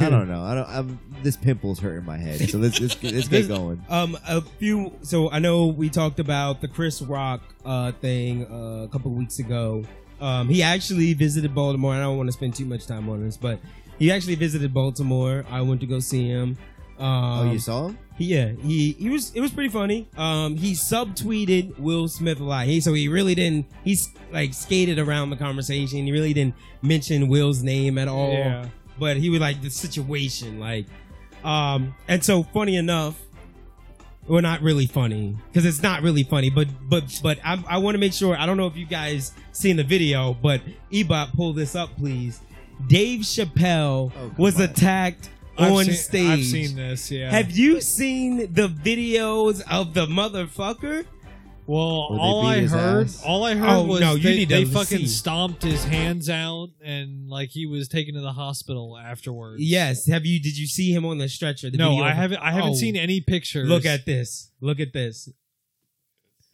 I don't know. I don't. I'm this pimple's hurting my head, so let's let's, get- let's get This- going. Um, a few. So I know we talked about the Chris Rock uh, thing uh, a couple weeks ago. Um, he actually visited Baltimore. I don't want to spend too much time on this, but he actually visited Baltimore. I went to go see him. Um, Oh, you saw him? he- yeah, he he was it was pretty funny. Um, he subtweeted Will Smith a lot. He so he really didn't. He's like skated around the conversation. He really didn't mention Will's name at Oh. all Yeah. but he was like the situation like um and so funny enough well not really funny because it's not really funny but but but i, I want to make sure i don't know if you guys seen the video but ebot pull this up please dave chappelle Oh, come was on. attacked I've on seen- stage I've seen this, yeah. have you seen the videos of the motherfucker well, Or they all beat I his heard, ass? all I heard Oh, was no, you they, need to they fucking see. stomped his hands out and like he was taken to the hospital afterwards. yes have you did you see him on the stretcher the no, video I of- haven't. I haven't Oh, seen any pictures. look at this look at this I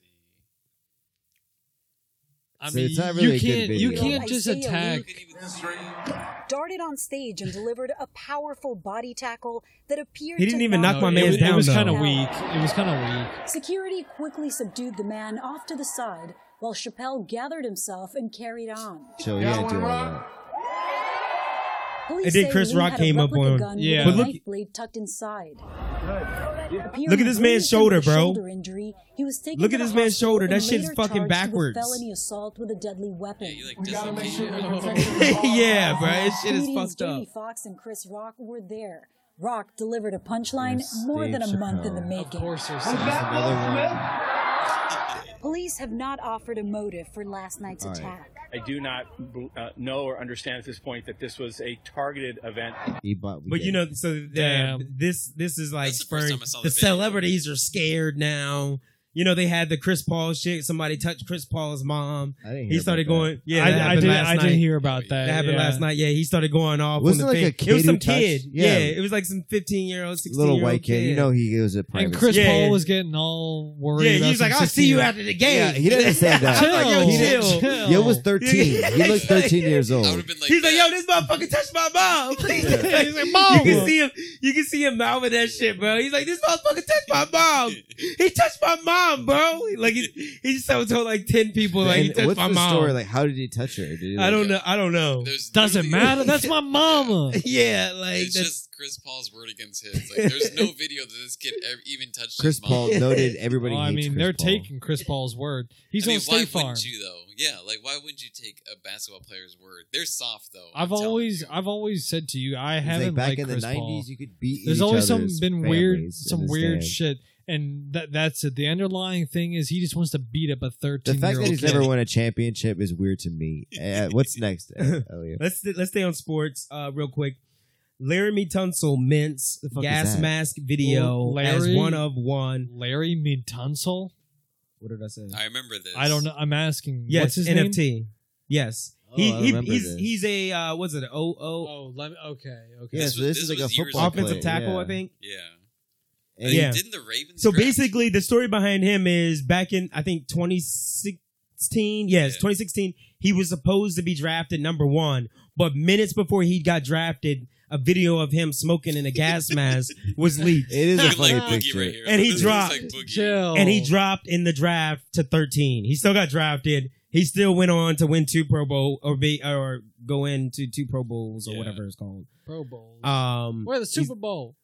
So mean, it's not you really a good can't. You video. can't just I see a attack. leak. darted on stage and delivered a powerful body tackle that appeared He didn't to even knock knock my it man was- man's it, down, was kind of though. weak. It was kind of weak. Security quickly subdued the man off to the side while Chappelle gathered himself and carried on. Chill, you ain't doing all that. Police And then say Chris Lee Rock had a came up replica on- gun Yeah. with But a look- knife blade tucked inside. Look at this man's shoulder, bro. Shoulder injury, he was taken Look to at the this man's hospital shoulder. and That shit's later fucking charged with backwards. Felony assault with a deadly weapon. Yeah, you like dislocate it. yeah, bro. This shit is Comedians fucked up. Jamie Foxx and Chris Rock were there. Rock delivered a punchline Yes, more Dave than a month in the Chappelle. Of making. course, there's some. Another one. Police have not offered a motive for last night's All right. attack. I do not uh, know or understand at this point that this was a targeted event. He bought- we But did. you know, so the- Damn. this this is like That's the first spurring- time I saw the the video. celebrities are scared now. You know, they had the Chris Paul shit. Somebody touched Chris Paul's mom. I didn't hear He started about that. going. Yeah, that I, I happened did. last I night. did hear about that. That happened yeah. last night. Yeah, he started going off. Wasn't on the it like thing. a It was kid some who touched- kid. Yeah. Yeah. it was like some fifteen year old, sixteen little year old white kid. You know he was a private. And Chris Yeah. Paul was getting all worried. Yeah, about he's like, some I'll see you 16 after the game. Yeah, he didn't say that. Chill, I'm like, yo, He didn't- chill, chill. Yo was 13. Yeah. He looked 13 years I would old. have been like, He's like, yo, that. this motherfucker touched my mom. Please. He's like, Mom. You can see him. You can see him mouthing that shit, bro. He's like, this motherfucker touched my mom. He touched my mom, bro. Like he, he just told, told like ten people like he And touched what's my the mom. story? Like, how did he touch her? Did he, I like- don't know. I don't know. There's Doesn't literally- matter. That's my mama. yeah, like It's that's, just Chris Paul's word against his. Like, there's no video that this kid ever even touched Chris his mom. Paul noted everybody. Well, I hates mean, Chris they're Paul. taking Chris Paul's word. He's I mean, on State why Farm. wouldn't you though? Yeah, like why wouldn't you take a basketball player's word? They're soft though. I'm I've telling always, you. I've always said to you, I It's like haven't back liked in the Chris Paul. you could beat. There's each always some other's been families weird, in some this weird day. shit. and that that's it. The underlying thing is he just wants to beat up a The thirteen. fact year that old he's never won a championship is weird to me. Uh, what's next? Uh, Elliot? Let's let's stay on sports uh, real quick. Laramie Tunsil mints The fuck is gas that? mask video Well, as Larry- one of one. Larry Midtunsil. What did I say? I remember this. I don't know. I'm asking. yes, what's his NFT. name? Yes, Oh, he, I he remember he's this. he's a uh, what's it? O O Oh, let me, okay, okay. Yeah, Yes. so was- this, this is like a was years football ago. offensive player, tackle, yeah. I think. Yeah. And Yeah. Didn't the Ravens? So draft- basically, the story behind him is back in I think 2016. Yes, Yeah. 2016. He was supposed to be drafted number one, but minutes before he got drafted, a video of him smoking in a gas mask was leaked, It is a Looking like funny Boogie picture. right here. And he This looks dropped. like Boogie. Chill. and he dropped in the draft to 13. He still got drafted. He still went on to win two Pro Bowl or be or go into two Pro Bowls or Yeah. whatever it's called. Pro Bowl. Um, Mm-hmm. We're the he's- Super Bowl.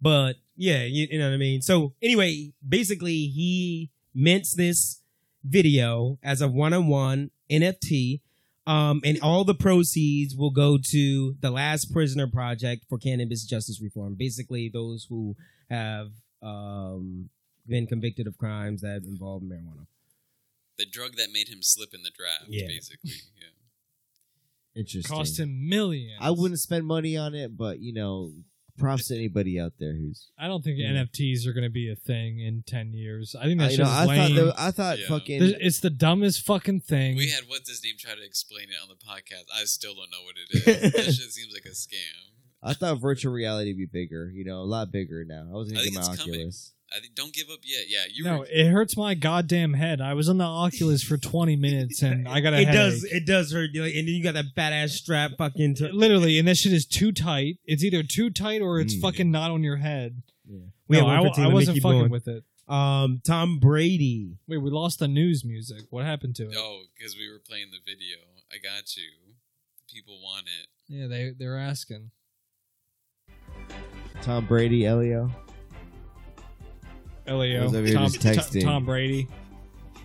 But yeah, you, you know what I mean. So anyway, basically, he mints this video as a one-on-one NFT, um, and all the proceeds will go to the Last Prisoner Project for cannabis justice reform. Basically, those who have um, been convicted of crimes that involve marijuana. The drug that made him slip in the draft, Yeah. basically. Yeah. Interesting. Cost him millions. I wouldn't spend money on it, but you know, props to anybody out there who's. I don't think Yeah. NFTs are going to be a thing in ten years. I think I, that's you know, just I thought lame. there, I thought Yeah. fucking Th- it's the dumbest fucking thing. We had what's his name try to explain it on the podcast. I still don't know what it is. that shit seems like a scam. I thought virtual reality would be bigger. You know, a lot bigger now. I was gonna I get think my it's coming. Oculus. I think don't give up yet. Yeah, you. no, were, it hurts my goddamn head. I was on the Oculus for 20 minutes and I got a it headache. does. It does hurt, like, and then you got that fat ass strap, fucking. to- Literally, and that shit is too tight. It's either too tight or it's Mm. fucking not on your head. We no, have one I, for wa- team. I Let me wasn't keep fucking going. with it. um Tom Brady. Wait, we lost the news music. What happened to it? oh, because we were playing the video. I got you. People want it. Yeah, they they're asking. Tom Brady, Elio. I Leo, was over here Tom, just texting. Tom- Tom Brady.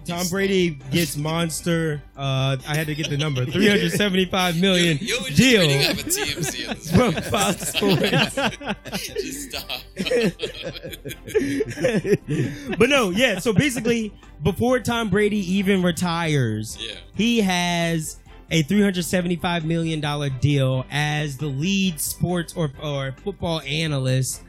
Tom Brady gets monster. Uh, I had to get the number three hundred seventy-five million Yo, yo, deal Just reading off a TMZ on this from podcast. Fox Sports. just stop. but no, yeah. So basically, before Tom Brady even retires, yeah. he has a three hundred seventy-five million dollar deal as the lead sports or or football analyst.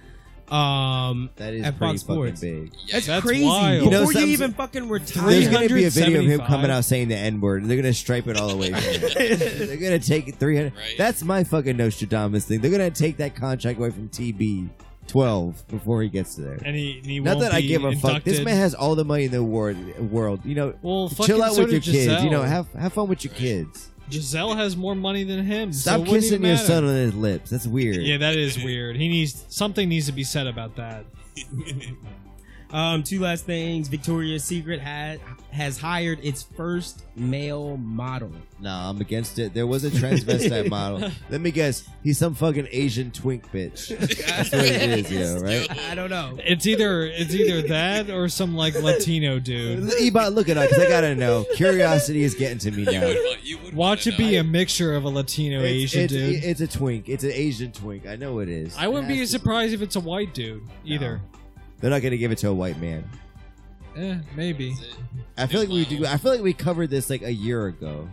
Um, That is At pretty fucking Fox Sports. big. Yeah. that's, That's crazy. wild. You know, Before you, some- even fucking retire, There's gonna be a video of him 375. coming out saying the N word, and they're gonna stripe it all the way. from it. they're gonna take it 300. Right. That's my fucking Nostradamus thing. They're gonna take that contract away from TB 12 before he gets to there. And he, and he Not won't that I be give a fuck. This inducted. man has all the money in the world. world. You know, well, fucking chill out so with your did kids. Giselle. You know, have have fun with your Right. kids. Giselle has more money than him. so Stop it wouldn't kissing even your matter. son on his lips. That's weird. Yeah, that is weird. He needs something needs to be said about that. Um, two last things. Victoria's Secret has has hired its first male model. No, I'm against it. There was a transvestite model. Let me guess. He's some fucking Asian twink bitch. That's what it is, yo, right? I don't know. It's either it's either that or some like Latino dude. Ebot, look it up 'cause I gotta know. Curiosity is getting to me You now. would want, you would Watch it wanna be know. a mixture of a Latino It's, Asian it's, dude. it's a twink. It's an Asian twink. I know it is. I wouldn't It has be to surprised if it's a white dude either. They're not gonna give it to a white man. Eh, maybe. That's it. I feel like we do. Wow. I feel like we covered this like a year ago.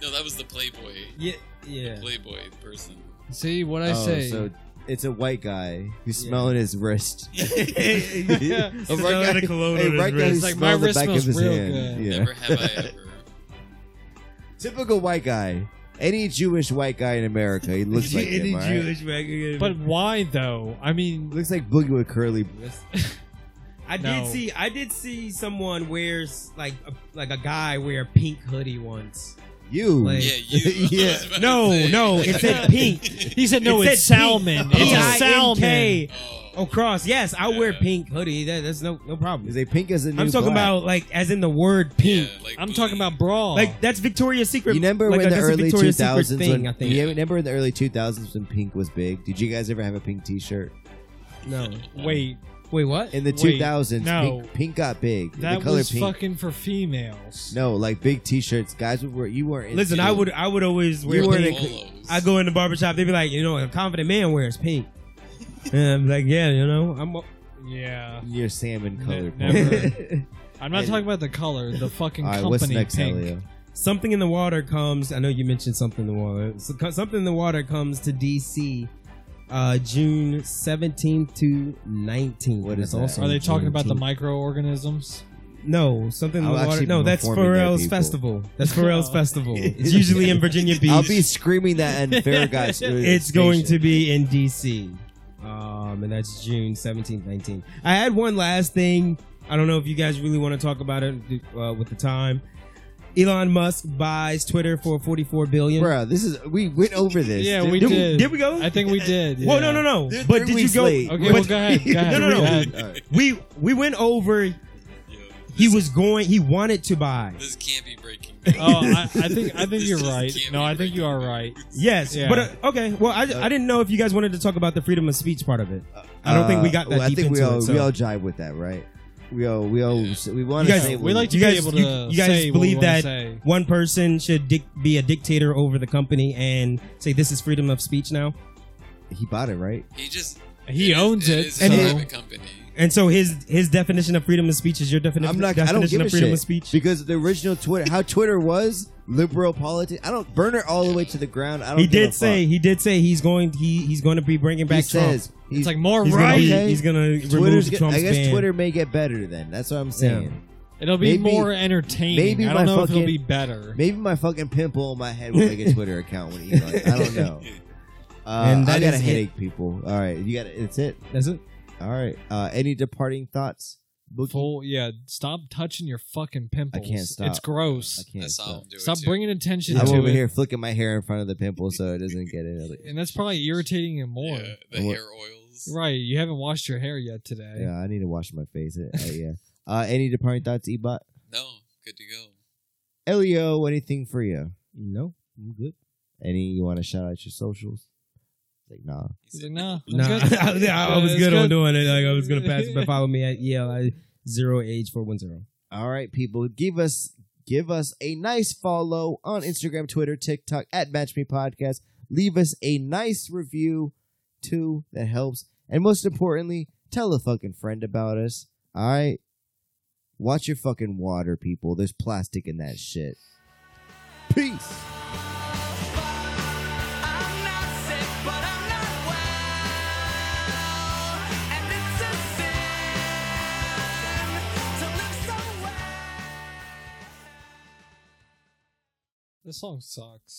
No, that was the Playboy. Yeah, yeah. Playboy person. See what I oh, say. so it's a white guy who's Yeah. smelling his wrist. yeah. A right guy, a right guy who Like, my smells the wrist back of smells his real hand. good. Yeah. Never have I ever. Typical white guy. Any Jewish white guy in America, he looks like Any him. all right? Jewish record. but why though? I mean, Looks like Boogie with curly. I did No. see I did see someone wears like a, like a guy wear a pink hoodie once. You. Like- Yeah, you. Yeah. I was about to No, say. no, it said pink. he said no. It said it's salmon. pink. It's a P-I-N-K. salmon. Oh. Oh, cross. Yes, I wear Yeah. pink hoodie. That, that's no no problem. is a pink as a new I'm talking black. about like as in the word Yeah, pink. like I'm booty. talking about brawl. Like that's Victoria's Secret. You remember like, when I the guess a early Victoria's Secret 2000s thing, when I think. you remember in the early 2000s when pink was big? Did you guys ever have a pink T-shirt? No. wait, Wait, what? In the Wait, 2000s, no. pink, pink got big. that the color was pink. fucking for females. no, like big T-shirts. Guys would wear. You weren't. Listen, into I it. would I would always wear You were pink. Polos. I go in the barbershop, they'd be like, you know, a confident man wears pink. and I'm like, yeah, you know, I'm Yeah. Your salmon colored. Ne- never. pink. I'm not And- talking about the color, the fucking All right, company what's next, pink. Elio? Something in the water comes. I know you mentioned something in the water. So, co- something in the water comes to DC, uh, June seventeenth to nineteenth. What is That's that? Are they on talking about the Juneteenth. microorganisms? No, something in I'll the water. actually No, be that's informing their Pharrell's people. festival. That's Pharrell's Oh. festival. It's usually in Virginia Beach. I'll be screaming that and fair guys. it's going to be in DC. Um, and that's June 17th, 19th. I had one last thing. I don't know if you guys really want to talk about it uh, with the time. Elon Musk buys Twitter for 44 billion. Bro, this is we went over this. Yeah, Did- we did, we- did. did we go? I think we did. Whoa, yeah. no, no, no. They're but three did you weeks go? late. Okay, but well, go ahead. Go ahead. No, no, Go no. ahead. All right. We we went over. Yo, He was going. He wanted to buy. this can't be breaking. Bad. Oh, I, I think I think This you're just right. can't No, be I think you are Breaking Bad. right. Yes, Yeah. but uh, okay. Well, I, I didn't know if you guys wanted to talk about the freedom of speech part of it. oh, I don't think we got that Uh, well, I deep think we into all it, so- we all jive with that, right? We all we all we want You to guys- say We like to You be guys- able to. you- you guys say what we believe wanna that- say. One person should dic- be a dictator over the company and say this is freedom of speech now. he bought it, right? He just he is- owns it. is so a And private company. And so his his definition of freedom of speech is your defini- I'm not. I definition don't give of a freedom shit of speech. because the original Twitter, how Twitter was liberal politics. I don't burn it all the way to the ground. I don't. He give a did say fuck. he did say he's going he he's going to be bringing back Trump. says he's, it's like more he's right. gonna be, Okay. he's gonna remove Twitter's. the get- Trump's I guess ban. Twitter may get better. Then that's what I'm saying. It'll be Maybe- more entertaining. maybe I my don't know if it'll fucking- be better. Maybe my fucking pimple on my head will make a Twitter account when Elon. I don't know. Uh, And that I got a is it. headache, people. All right, you got it. It's it. That's it. All right. Uh, any departing thoughts? Boogie? Full, yeah, stop touching your fucking pimples. can't stop. It's gross. I can't. That's um, all stop. I'm doing. Stop too. bringing attention I'm to over it. here flicking my hair in front of the pimple so it doesn't get in. And that's probably irritating him more. Yeah, the I want- hair oils. Right, you haven't washed your hair yet today. Yeah, I need to wash my face. Uh, yeah. Uh, any departing thoughts, Ebot? No, good to go. Elio, anything for you? No, I'm good. Any you want to shout out your socials? Like, nah. He's like, no, Nah, I, I was good, on doing it. Like I was gonna pass it, but follow me at ELI zero age four one zero. All right, people, give us give us a nice follow on Instagram, Twitter, TikTok at Match Me Podcast. Leave us a nice review too. That helps. And most importantly, tell a fucking friend about us. All right. Watch your fucking water, people. There's plastic in that shit. Peace. I'm not sick, but I'm not well, and it's a sin to live so well. This song sucks.